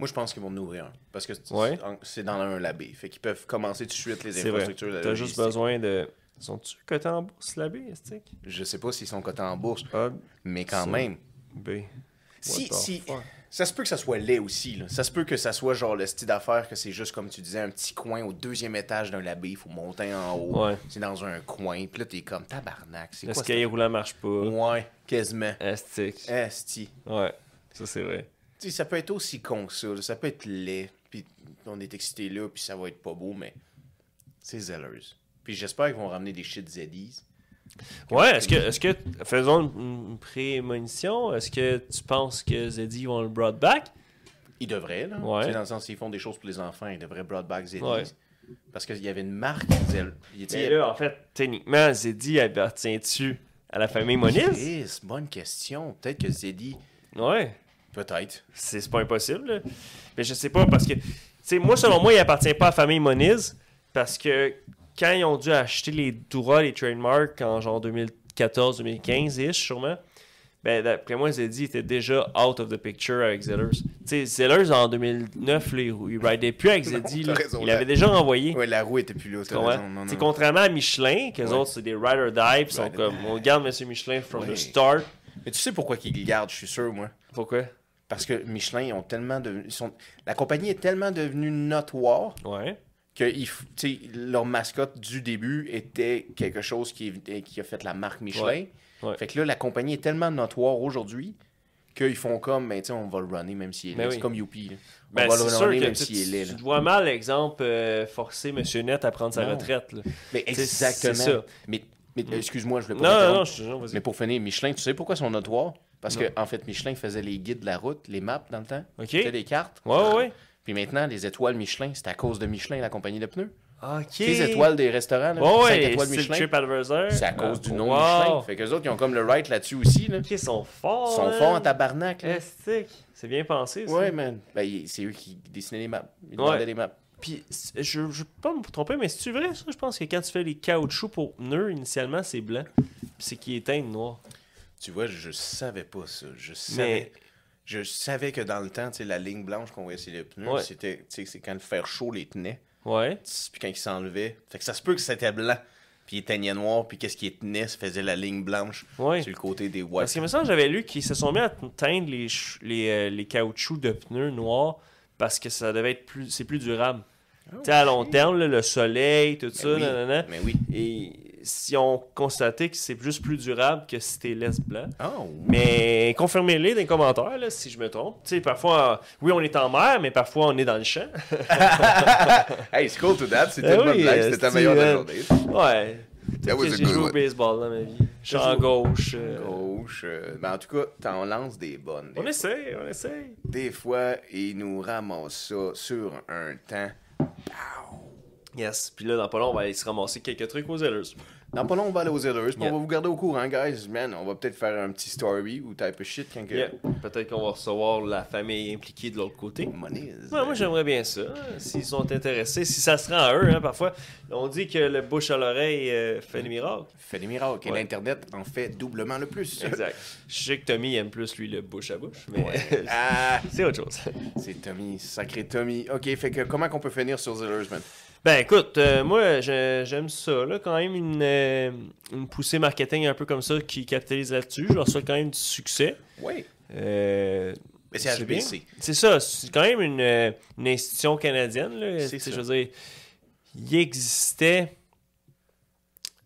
S1: Moi, je pense qu'ils vont nous ouvrir un. Parce que c'est-
S2: Ouais.
S1: c'est dans un labé. Fait qu'ils peuvent commencer tout de suite les
S2: C'est vrai.
S1: infrastructures. la
S2: T'as juste
S1: logistique.
S2: besoin de sont-tu cotés en bourse la baie, Estic
S1: Je sais pas s'ils sont cotés en bourse,
S2: A
S1: mais quand
S2: Ah. Ça-
S1: même.
S2: B.
S1: Ah, Si,
S2: What the
S1: si.
S2: fuck?
S1: Ça se peut que ça soit laid aussi. Là. Ça se peut que ça soit genre le style d'affaires que c'est juste, comme tu disais, un petit coin au deuxième étage d'un labé. Il faut monter en haut.
S2: Ouais.
S1: C'est dans un coin. Puis là, t'es comme tabarnak. C'est
S2: Le
S1: quoi ça?
S2: skier roulant marche pas.
S1: Ouais, quasiment.
S2: Estic.
S1: Esti.
S2: Ouais, ça c'est vrai.
S1: Tu sais, ça peut être aussi con que ça. là. Ça peut être laid. Puis on est excité là, puis ça va être pas beau, mais c'est zèleuse. Puis j'espère qu'ils vont ramener des shit zeddies.
S2: Ouais, est-ce que, est-ce que, faisons une une prémonition, est-ce que tu penses que Zeddy vont le broad back?
S1: Ils devraient, là.
S2: Ouais.
S1: Tu sais, Dans le sens, s'ils font des choses pour les enfants, ils devraient broad back zeddies.
S2: Ouais.
S1: Parce qu'il y avait une marque Zell- il- tu sais,
S2: Mais Ben là, en fait, techniquement, Zeddy appartient-tu à la famille Moniz?
S1: Chris, bonne question. Peut-être que Zeddy.
S2: Ouais,
S1: Peut-être.
S2: c'est, c'est pas impossible, là. mais je sais pas, parce que, tu sais, moi, selon moi, il appartient pas à la famille Moniz, parce que quand ils ont dû acheter les droits, les trademarks, en genre 2014-2015-ish, sûrement, ben, d'après moi, Zeddy était déjà out of the picture avec Zellers. Tu sais, Zellers, en 2009, là, il il ridait plus avec Zeddy,
S1: (laughs) t'as
S2: là.
S1: raison,
S2: il
S1: là.
S2: l'avait déjà renvoyé.
S1: Ouais, la roue était plus là.
S2: Tu
S1: t'as
S2: comprends?
S1: raison, non,
S2: T'sais,
S1: non.
S2: contrairement à Michelin, qu'eux
S1: Ouais.
S2: autres, c'est des ride or die, pis sont
S1: Ride or
S2: comme,
S1: die.
S2: on garde Monsieur Michelin from
S1: Ouais.
S2: the start.
S1: Mais tu sais pourquoi qu'ils le gardent, je suis sûr, moi.
S2: Pourquoi?
S1: Parce que Michelin, ils ont tellement de. ils sont... La compagnie est tellement devenue notoire
S2: Ouais.
S1: que ils f- tu sais, leur mascotte du début était quelque chose qui, est- qui a fait la marque Michelin.
S2: Ouais. Ouais.
S1: Fait que là, la compagnie est tellement notoire aujourd'hui qu'ils font comme, mais tu sais, on va le runner même s'il est laid.
S2: Mais Ben oui.
S1: C'est comme Youpi. là. On
S2: Ben,
S1: va
S2: c'est
S1: le
S2: sûr
S1: runner
S2: que
S1: même
S2: tu,
S1: s'il est laid.
S2: tu
S1: là.
S2: vois mal, exemple, euh, forcer Monsieur Net à prendre sa
S1: Non.
S2: retraite. (laughs) là.
S1: Mais
S2: c'est- c'est ça. Mm.
S1: exactement. Mais, mais excuse-moi, je voulais
S2: Non,
S1: pas
S2: non,
S1: t'interrompre.
S2: non, je te jure, vas-y.
S1: Mais pour finir, Michelin, tu sais pourquoi ils sont notoires? Parce que, en fait, Michelin faisait les guides de la route, les maps dans le temps.
S2: Ok.
S1: C'était des cartes.
S2: Ouais, ouais, ouais.
S1: Puis maintenant, les étoiles Michelin, c'est à cause de Michelin, la compagnie de pneus.
S2: Ok.
S1: Les étoiles des restaurants, là,
S2: Ouais,
S1: cinq
S2: ouais,
S1: étoiles
S2: c'est le
S1: Michelin,
S2: Trip Advisor.
S1: c'est à cause du nom Michelin.
S2: Euh, wow.
S1: Fait qu'eux autres, ils ont comme le right là-dessus aussi. Là.
S2: Ok, Ils sont forts.
S1: Ils sont
S2: hein.
S1: forts en tabarnak. Là.
S2: Estique. C'est bien pensé, ça.
S1: Ouais, man. Ben, y- c'est eux qui dessinaient les maps. Ils
S2: Ouais.
S1: demandaient les maps.
S2: Puis, c'est- je, je peux pas me tromper, mais c'est vrai, ça, je pense que quand tu fais les caoutchoucs pour pneus, initialement, c'est blanc. Puis c'est qui est teint de noir.
S1: Tu vois, je savais pas ça. Je
S2: Mais-
S1: Je savais que dans le temps, tu sais, la ligne blanche qu'on voyait sur les pneus,
S2: Ouais.
S1: c'était, tu sais, c'est quand le fer chaud les tenait.
S2: Ouais.
S1: puis quand il s'enlevait. Fait que ça se peut que c'était blanc, puis il teignait noir, puis qu'est-ce qui tenait, ça faisait la ligne blanche
S2: Ouais.
S1: sur le côté des
S2: Parce
S1: watts.
S2: que, me semble, j'avais lu qu'ils se sont mis à teindre les, ch- les, euh, les caoutchoucs de pneus noirs parce que ça devait être plus. C'est plus durable. tu sais, à long terme, là, le soleil, tout ça,
S1: Ben oui.
S2: nanana.
S1: Mais oui.
S2: Et si on constatait que c'est juste plus durable que si t'es laisse blanc.
S1: Oh,
S2: Mais confirmez-les dans les commentaires là, si je me trompe. Tu sais, parfois, euh, oui, on est en mer, mais parfois on est dans
S1: (laughs)
S2: le champ.
S1: Hey, it's cool to that. C'était
S2: Eh
S1: une bonne
S2: oui,
S1: blague, c'était ta
S2: c'est-
S1: meilleure de la
S2: euh,
S1: journée.
S2: Ouais.
S1: That was a
S2: J'ai
S1: good
S2: joué au
S1: one.
S2: baseball dans ma vie. Champ
S1: joué-
S2: gauche. euh,
S1: Gauche. euh, mais en tout cas, t'en lances des bonnes. Des,
S2: On essaye, on essaye.
S1: des fois, ils nous ramassent ça sur un temps.
S2: Yes. Puis là, dans pas long, on va aller se ramasser quelques trucs aux Zellers.
S1: Dans pas long, on va aller aux Zellers. puis
S2: Yeah.
S1: On va vous garder au courant, guys. Man, on va peut-être faire un petit story ou type of shit quand que.
S2: Yeah. Peut-être qu'on va recevoir la famille impliquée de l'autre côté.
S1: Money is-
S2: Ouais, moi, j'aimerais bien ça, hein, s'ils sont intéressés, si ça se rend à eux, hein, parfois. On dit que le bouche à l'oreille euh, fait des miracles.
S1: fait des miracles.
S2: Ouais.
S1: Et l'Internet en fait doublement le plus.
S2: (laughs)
S1: (laughs)
S2: Exact. Je sais que Tommy aime plus, lui, le bouche à bouche, mais
S1: Ah,
S2: (laughs) c'est autre chose.
S1: c'est Tommy, sacré Tommy. Ok, fait que comment qu'on peut finir sur Zellers, man?
S2: Ben écoute, euh, moi je- j'aime ça, là, quand même une, euh, une poussée marketing un peu comme ça qui capitalise là-dessus. Je leur souhaite quand même du succès.
S1: Ouais.
S2: Euh,
S1: Mais c'est
S2: bien.
S1: HBC.
S2: C'est ça, c'est quand même une, euh, une institution canadienne. Là,
S1: C'est
S2: Tu
S1: ça.
S2: sais, Je veux dire, il existait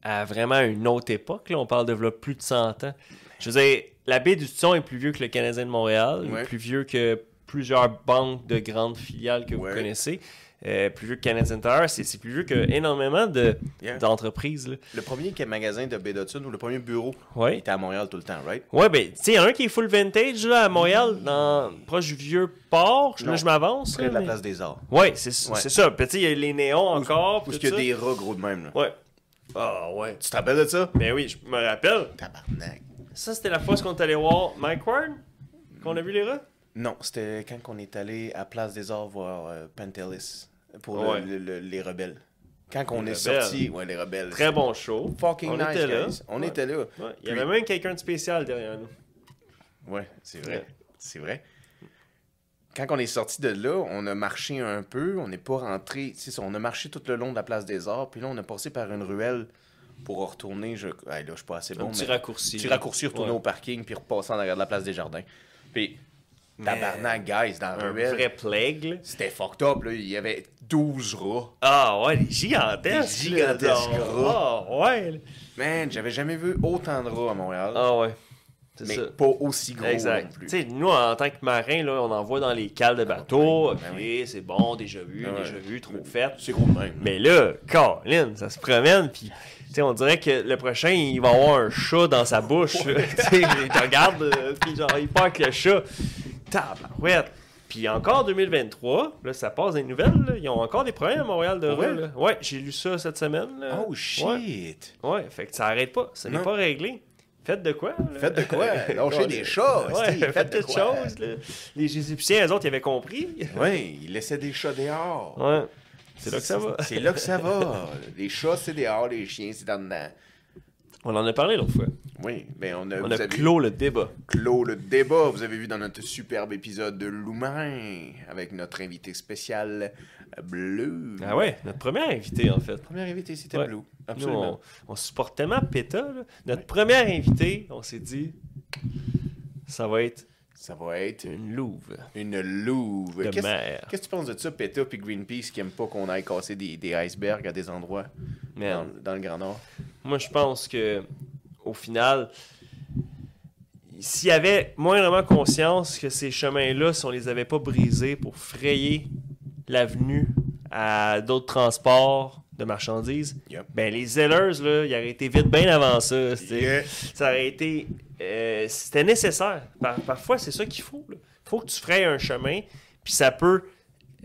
S2: à vraiment une autre époque. Là, on parle de v'là plus de 100 ans. Je veux dire, la baie du Tion est plus vieux que le Canadien de Montréal,
S1: Ouais.
S2: plus vieux que plusieurs banques de grandes filiales que
S1: Ouais.
S2: vous connaissez, euh, plus vieux que Canadian Tire. C'est c'est plus vieux que énormément de-
S1: Yeah.
S2: d'entreprises. là.
S1: Le premier qui est magasin de B. Dodson ou le premier bureau
S2: ouais.
S1: était à Montréal tout le temps, right?
S2: Ouais, ben, tu sais, un qui est full vintage là, à Montréal, dans, proche du vieux port. Là,
S1: Non.
S2: je m'avance.
S1: Près
S2: là,
S1: de la
S2: mais-
S1: place des arts.
S2: Ouais, c'est
S1: Ouais.
S2: c'est ça. Puis tu sais, il y a les néons encore.
S1: Où
S2: puis
S1: est-ce qu'il y a
S2: tout
S1: des rats gros de même, là?
S2: ça. Ouais. Ah ouais.
S1: Tu te rappelles de ça?
S2: Ben oui, je me rappelle.
S1: Tabarnak.
S2: Ça, c'était la fois qu'on est allé voir Mike Ward, qu'on a vu les rats.
S1: Non, c'était quand on est allé à Place des Arts voir euh, Pantelis pour le-
S2: Ouais.
S1: le- le- les rebelles. Quand on
S2: Les
S1: est
S2: Rebelles.
S1: sorti, ouais, les rebelles.
S2: Très bon show.
S1: Fucking
S2: on
S1: nice,
S2: était là.
S1: guys. On
S2: Ouais.
S1: était là.
S2: Ouais, Il y avait même quelqu'un de spécial derrière nous.
S1: Ouais, c'est vrai.
S2: Ouais.
S1: C'est vrai. Quand on est sorti de là, on a marché un peu, on n'est pas rentré. C'est ça, on a marché tout le long de la place des Arts, puis là, on a passé par une ruelle pour retourner. Je... Ouais, là, je suis pas assez
S2: Un
S1: bon.
S2: petit
S1: mais-
S2: raccourci.
S1: Petit raccourci, retourner
S2: Ouais.
S1: au parking, puis repasser en arrière de la place des Jardins. Puis,
S2: Mais-
S1: tabarnak, guys, dans la
S2: Un
S1: ruelle.
S2: vrai plague, là.
S1: C'était fucked up, là. Il y avait 12 rats.
S2: Ah ouais, des gigantesques.
S1: Des gigantesques
S2: là, donc.
S1: rats.
S2: Ah ouais. là.
S1: Man, j'avais jamais vu autant de rats à Montréal.
S2: Ah ouais. C'est
S1: mais
S2: ça.
S1: pas aussi gros non
S2: Exact.
S1: plus.
S2: Tu sais, nous, en tant que marins, là, on en voit dans les cales de bateau.
S1: ben
S2: ok, c'est bon, déjà vu,
S1: Ah ouais.
S2: déjà vu, trop fait.
S1: C'est gros de même.
S2: Mais là, Colin, ça se promène, puis tu sais, on dirait que le prochain, il va avoir un chat dans sa bouche. là. (laughs) Tu sais, il te regarde, euh, puis genre, il part avec le chat. Tabarouette! Puis encore 2023, là, ça passe des nouvelles, là, ils ont encore des problèmes à Montréal de
S1: Ah ouais?
S2: rue, là. Ouais, j'ai lu ça cette semaine. là.
S1: Oh shit!
S2: Ouais, ouais, fait que ça arrête pas, ça n'est
S1: Non.
S2: pas réglé. Faites de quoi? là?
S1: Faites de
S2: (laughs)
S1: quoi? (laughs) Lâchez des chats,
S2: Ouais,
S1: hostie,
S2: faites,
S1: faites de
S2: quelque
S1: quoi?
S2: chose. là. Les Égyptiens, eux autres, ils avaient compris.
S1: Ouais, il laissait des chats dehors.
S2: Ouais, c'est là que ça va.
S1: C'est là que ça va. Les chats, c'est dehors, les chiens, c'est dans dedans.
S2: On en a parlé l'autre fois.
S1: Oui, mais on a,
S2: On
S1: Euh, vous
S2: a
S1: avez
S2: clos le débat.
S1: clos le débat. Vous avez vu dans notre superbe épisode de Loumain avec notre invité spécial euh, Bleu.
S2: Ah ouais, notre premier invité, en fait.
S1: Premier invité, c'était
S2: Ouais.
S1: Blue.
S2: Nous,
S1: Absolument.
S2: on, on supporte tellement PETA. là. Notre premier invité, on s'est dit, ça va être
S1: Ça va être
S2: une louve
S1: Une louve.
S2: de
S1: Qu'est-ce
S2: mer.
S1: qu'est-ce que tu penses de ça, PETA puis Greenpeace qui aiment pas qu'on aille casser des, des icebergs à des endroits dans,
S2: Merde.
S1: dans le Grand Nord?
S2: Moi, je pense que au final, s'il y avait moindrement conscience que ces chemins-là, si on les avait pas brisés pour frayer l'avenue à d'autres transports de marchandises,
S1: Yep.
S2: ben les Zellers, là, ils auraient été vite bien avant ça. c'est-
S1: Yeah.
S2: ça aurait été. euh, C'était nécessaire. Par- parfois, c'est ça qu'il faut. Il faut que tu frayes un chemin, puis ça peut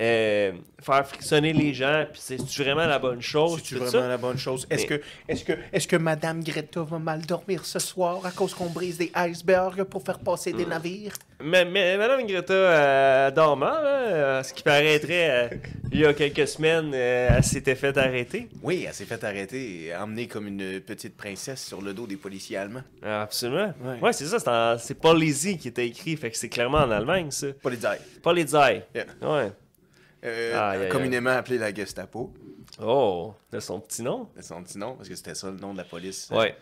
S2: euh, faire frictionner les gens, puis c'est-tu vraiment la bonne chose?
S1: C'est-tu
S2: tout
S1: Oh, vraiment
S2: ça?
S1: la bonne chose? Est-ce
S2: Mais-
S1: que, est que, est que Madame Greta va mal dormir ce soir à cause qu'on brise des icebergs pour faire passer des navires?
S2: Mais, mais Madame Greta euh, dort mal, hein, euh, ce qui paraîtrait, euh, il y a quelques semaines, euh, elle s'était fait arrêter.
S1: Oui, elle s'est fait arrêter et emmenée comme une petite princesse sur le dos des policiers allemands.
S2: Ah, Absolument.
S1: Ouais.
S2: Ouais, c'est ça. c'est en- C'est Paul Lézy qui était écrit, fait que c'est clairement en Allemagne, ça.
S1: Pas les ailes.
S2: Paul Lézy.
S1: Yeah.
S2: Ouais.
S1: Euh,
S2: Aïe, aïe, aïe.
S1: communément appelée la Gestapo.
S2: Oh, de son petit nom.
S1: C'est son petit nom, parce que c'était ça le nom de la police.
S2: Ouais.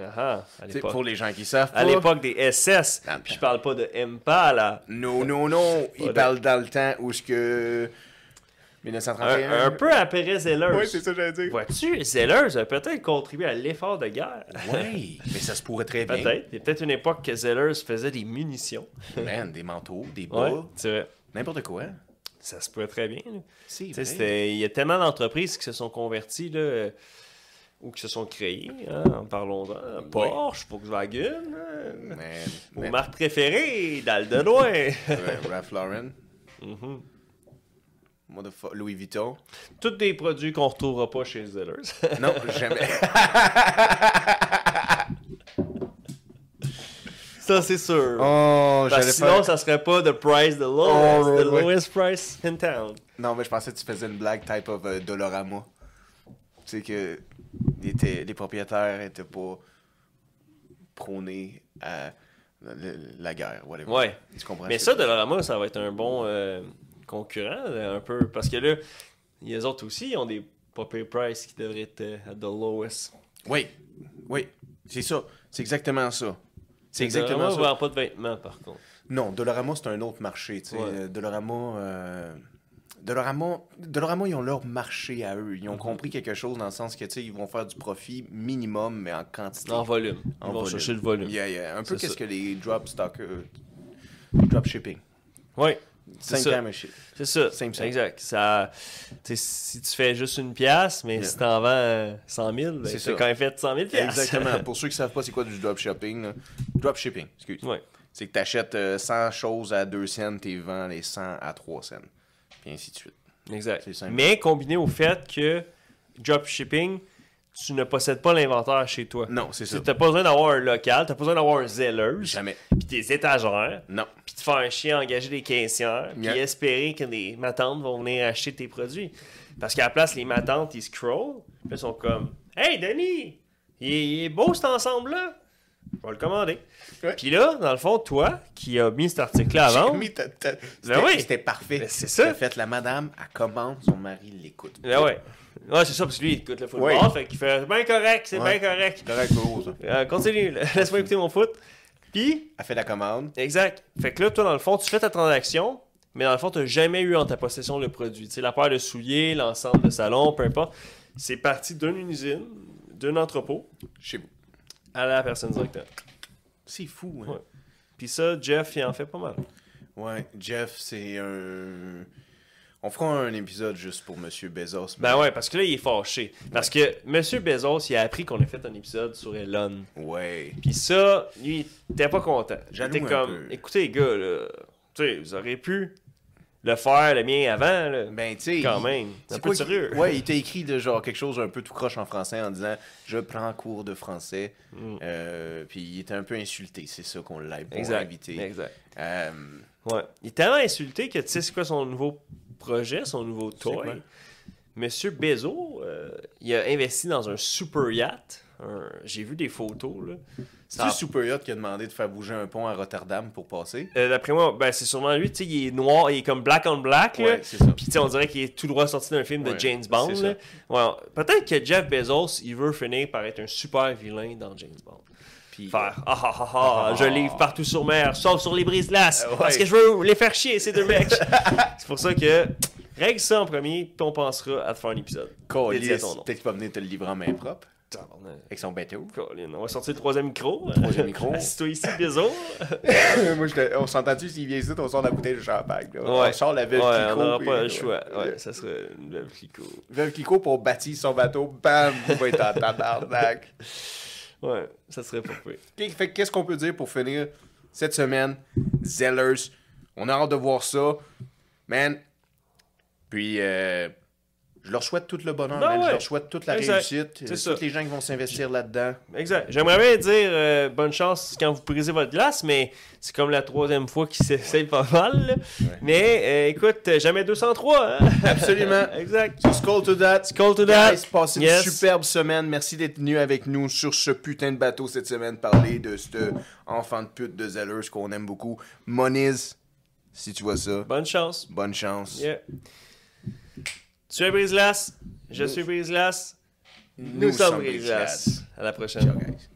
S2: Ah, ah, à
S1: Tu sais,
S2: l'époque.
S1: Pour les gens qui savent
S2: À
S1: pas,
S2: l'époque des SS.
S1: Ah,
S2: Puis je parle pas de Impala.
S1: Non, non, non. Il
S2: Voilà.
S1: parle dans le temps où ce que.
S2: Un,
S1: 1931.
S2: un peu après Zellers.
S1: Oui, c'est ça que j'allais dire.
S2: Vois-tu, Zellers a peut-être contribué à l'effort de guerre.
S1: Oui, mais ça se pourrait très bien.
S2: Peut-être. Il y a peut-être une époque que Zellers faisait des munitions.
S1: Man, des manteaux, des bas,
S2: Ouais, c'est vrai.
S1: n'importe quoi.
S2: Ça se pourrait très bien. là.
S1: C'est
S2: Tu sais,
S1: vrai.
S2: c'était- Il y a tellement d'entreprises qui se sont converties là, euh, ou qui se sont créées, hein, en parlons-en. Porsche, Volkswagen, hein,
S1: Man,
S2: vos
S1: man,
S2: marques préférées, Daldenois. Mm-hmm.
S1: euh, Ralph Lauren. Motherfu- Louis Vuitton.
S2: (laughs) Tous des produits qu'on retrouvera pas chez Zellers. (laughs)
S1: Non, jamais.
S2: ça, c'est
S1: Oh,
S2: sûr. Parce que
S1: j'allais
S2: sinon,
S1: faire-
S2: ça serait pas the price, the
S1: Oh,
S2: lowest,
S1: ouais,
S2: the
S1: ouais.
S2: lowest price in town.
S1: Non, mais je pensais que tu faisais une blague type of euh, Dolorama. Tu sais que il était- les propriétaires étaient pas prônés à la, la- la guerre, whatever.
S2: Ouais.
S1: Tu comprends?
S2: Mais
S1: ce
S2: ça,
S1: que-
S2: Dollarama, ça va être un bon euh, concurrent, là, un peu. Parce que là, les autres aussi, ils ont des papier price qui devraient être euh, at the lowest.
S1: Oui, oui, c'est ça. C'est exactement ça. C'est
S2: Mais
S1: exactement
S2: Dollarama
S1: ça.
S2: vend pas de vêtements, par contre.
S1: Non, Dolorama, c'est un autre marché. tu sais.
S2: Ouais.
S1: Euh, Dolorama, euh, Dolorama, Dolorama, ils ont leur marché à eux.
S2: Mm-hmm.
S1: Ils ont compris quelque chose dans le sens que, tu sais, ils vont faire du profit minimum, mais en quantité.
S2: En volume. Ils
S1: En
S2: vont
S1: volume.
S2: chercher le volume.
S1: Yeah, yeah. Un peu
S2: C'est
S1: qu'est-ce
S2: ça.
S1: que les drop stockers. Drop shipping.
S2: Ouais. C'est
S1: Same
S2: ça.
S1: kind of shit.
S2: C'est ça.
S1: Same, same.
S2: Exact. Ça, tu sais, si tu fais juste une pièce, mais
S1: Yeah.
S2: si t'en vends euh, 100 000, ben,
S1: C'est
S2: t'as
S1: ça.
S2: quand même fait 100 000 pièces. (laughs)
S1: Exactement. Pour ceux qui savent pas c'est quoi du drop shipping, là. drop shipping, excuse.
S2: ouais.
S1: C'est que t'achètes achètes 100 choses à 2 cents, t'es vends les 100 à 3 cents. Puis ainsi de suite.
S2: Exact.
S1: C'est simple.
S2: Mais combiné au fait que dropshipping, tu ne possèdes pas l'inventaire chez toi.
S1: Non, c'est ça.
S2: Tu n'as pas besoin d'avoir un local, tu n'as pas besoin d'avoir un zelleuse,
S1: Jamais.
S2: puis des étagères,
S1: Non.
S2: puis de faire un chien engager des caissières, puis
S1: Yeah.
S2: espérer que les matantes vont venir acheter tes produits. Parce qu'à la place, les matantes, ils scrollent, puis ils sont comme Hey Denis, il est, il est beau cet ensemble-là, je vais le commander.
S1: Ouais.
S2: Puis là, dans le fond, toi qui as mis cet article-là à
S1: J'ai (laughs)
S2: vendre,
S1: mis ta- ta-
S2: Ben
S1: C'était
S2: oui.
S1: c'était parfait.
S2: Ben, c'est ça.
S1: T'as fait la madame, elle commande, son mari l'écoute.
S2: Ben ouais. Ouais, c'est ça, parce que lui, il écoute le football,
S1: Ouais.
S2: fait qu'il fait bien correct, c'est
S1: Ouais.
S2: bien correct.
S1: Correct, gros, ça.
S2: Euh, continue, (laughs) là. laisse-moi écouter mon foot. Puis,
S1: Elle fait la commande.
S2: exact. Fait que là, toi, dans le fond, tu fais ta transaction, mais dans le fond, tu jamais eu en ta possession le produit. Tu sais, la paire de souliers, l'ensemble de salon, peu importe. C'est parti d'une usine, d'un entrepôt,
S1: Chez vous.
S2: à la personne directement.
S1: C'est fou, hein?
S2: Ouais. Puis ça, Jeff, il en fait pas mal.
S1: Ouais, Jeff, c'est un. On fera un épisode juste pour Monsieur Bezos. mais-
S2: Ben ouais, parce que là, il est fâché. Parce que Monsieur Bezos, il a appris qu'on a fait un épisode sur Elon.
S1: Ouais.
S2: Puis ça, lui, il était pas content.
S1: Jaloux
S2: J'étais
S1: un
S2: comme,
S1: peu.
S2: écoutez, les gars, là, tu sais, vous auriez pu le faire le mien avant, là.
S1: Ben, tu sais.
S2: Quand
S1: il-
S2: même.
S1: c'est
S2: Un peu
S1: quoi
S2: de
S1: qu'il-
S2: sérieux.
S1: Ouais, il t'a écrit de genre quelque chose un peu tout croche en français en disant Je prends cours de français.
S2: Mm.
S1: Euh, puis il était un peu insulté, c'est ça qu'on l'a pour
S2: exact.
S1: invité.
S2: Exact.
S1: Euh,
S2: Ouais. Il est tellement insulté que tu sais, c'est quoi son nouveau projet, son nouveau toy?
S1: quoi?
S2: Monsieur Bezos, euh, il a investi dans un super yacht. Un- J'ai vu des photos, là.
S1: C'est
S2: Ça-
S1: Super Yacht qui a demandé de faire bouger un pont à Rotterdam pour passer.
S2: Euh, D'après moi, ben, c'est sûrement lui, tu sais, il est noir, il est comme black on black, là.
S1: Ouais, c'est ça.
S2: Puis tu sais, on dirait qu'il est tout droit sorti d'un film de
S1: Ouais,
S2: James
S1: c'est
S2: Bond.
S1: ça.
S2: là. Ouais, Peut-être que Jeff Bezos, il veut finir par être un super vilain dans James Bond.
S1: Puis
S2: Faire ah ah ah ah,
S1: Ah.
S2: je livre partout sur mer, sauf sur les brises glaces,
S1: Euh, ouais.
S2: parce que je veux les faire chier ces
S1: (laughs)
S2: deux mecs. c'est pour ça que règle ça en premier, puis on pensera à te faire un épisode.
S1: Colin,
S2: Dédié à ton nom.
S1: peut-être qu'il va venir te le livrer en main propre
S2: Tabarnak.
S1: avec son bateau.
S2: Colin, on va sortir le troisième micro.
S1: Troisième micro.
S2: (laughs) Assis-toi ici, Bezos.
S1: Moi, je te- on s'entend-tu s'il vient ici, on sort la bouteille de champagne. là.
S2: Ouais.
S1: On sort la
S2: Ouais,
S1: veuve
S2: on
S1: Clicquot,
S2: n'aura
S1: puis- euh,
S2: pas le choix.
S1: Ouais.
S2: Ouais, ça serait une belle clico.
S1: Veuve Clicquot pour bâtir son bateau, bam, vous va être en
S2: (laughs)
S1: tabarnak.
S2: Ouais, ça serait pas pire.
S1: Fait que Qu'est-ce qu'on peut dire pour finir cette semaine? Zellers, on a hâte de voir ça. Man, puis euh, je leur souhaite tout le bonheur,
S2: Ben
S1: man.
S2: ouais.
S1: je leur souhaite toute la
S2: Exact.
S1: réussite,
S2: C'est
S1: euh,
S2: ça.
S1: toutes les gens qui vont s'investir là-dedans.
S2: Exact. J'aimerais bien dire euh, bonne chance quand vous brisez votre glace, mais c'est comme la troisième fois qu'il s'essaye pas mal. là. Mais euh, écoute, euh, jamais 203. hein? (laughs)
S1: Absolument.
S2: exact.
S1: So, skull to that.
S2: Call to that.
S1: Guys, passez
S2: Yes.
S1: une superbe semaine. Merci d'être venu avec nous sur ce putain de bateau cette semaine. Parler de ce enfant de pute de Zellers qu'on aime beaucoup. Moniz, si tu vois ça,
S2: Bonne chance.
S1: bonne chance.
S2: Yeah. Tu es brise-glace. Je suis brise-glace. Nous,
S1: Nous
S2: sommes
S1: sommes
S2: brise-glace.
S1: Brise-Glace.
S2: À la prochaine.
S1: Ciao, guys.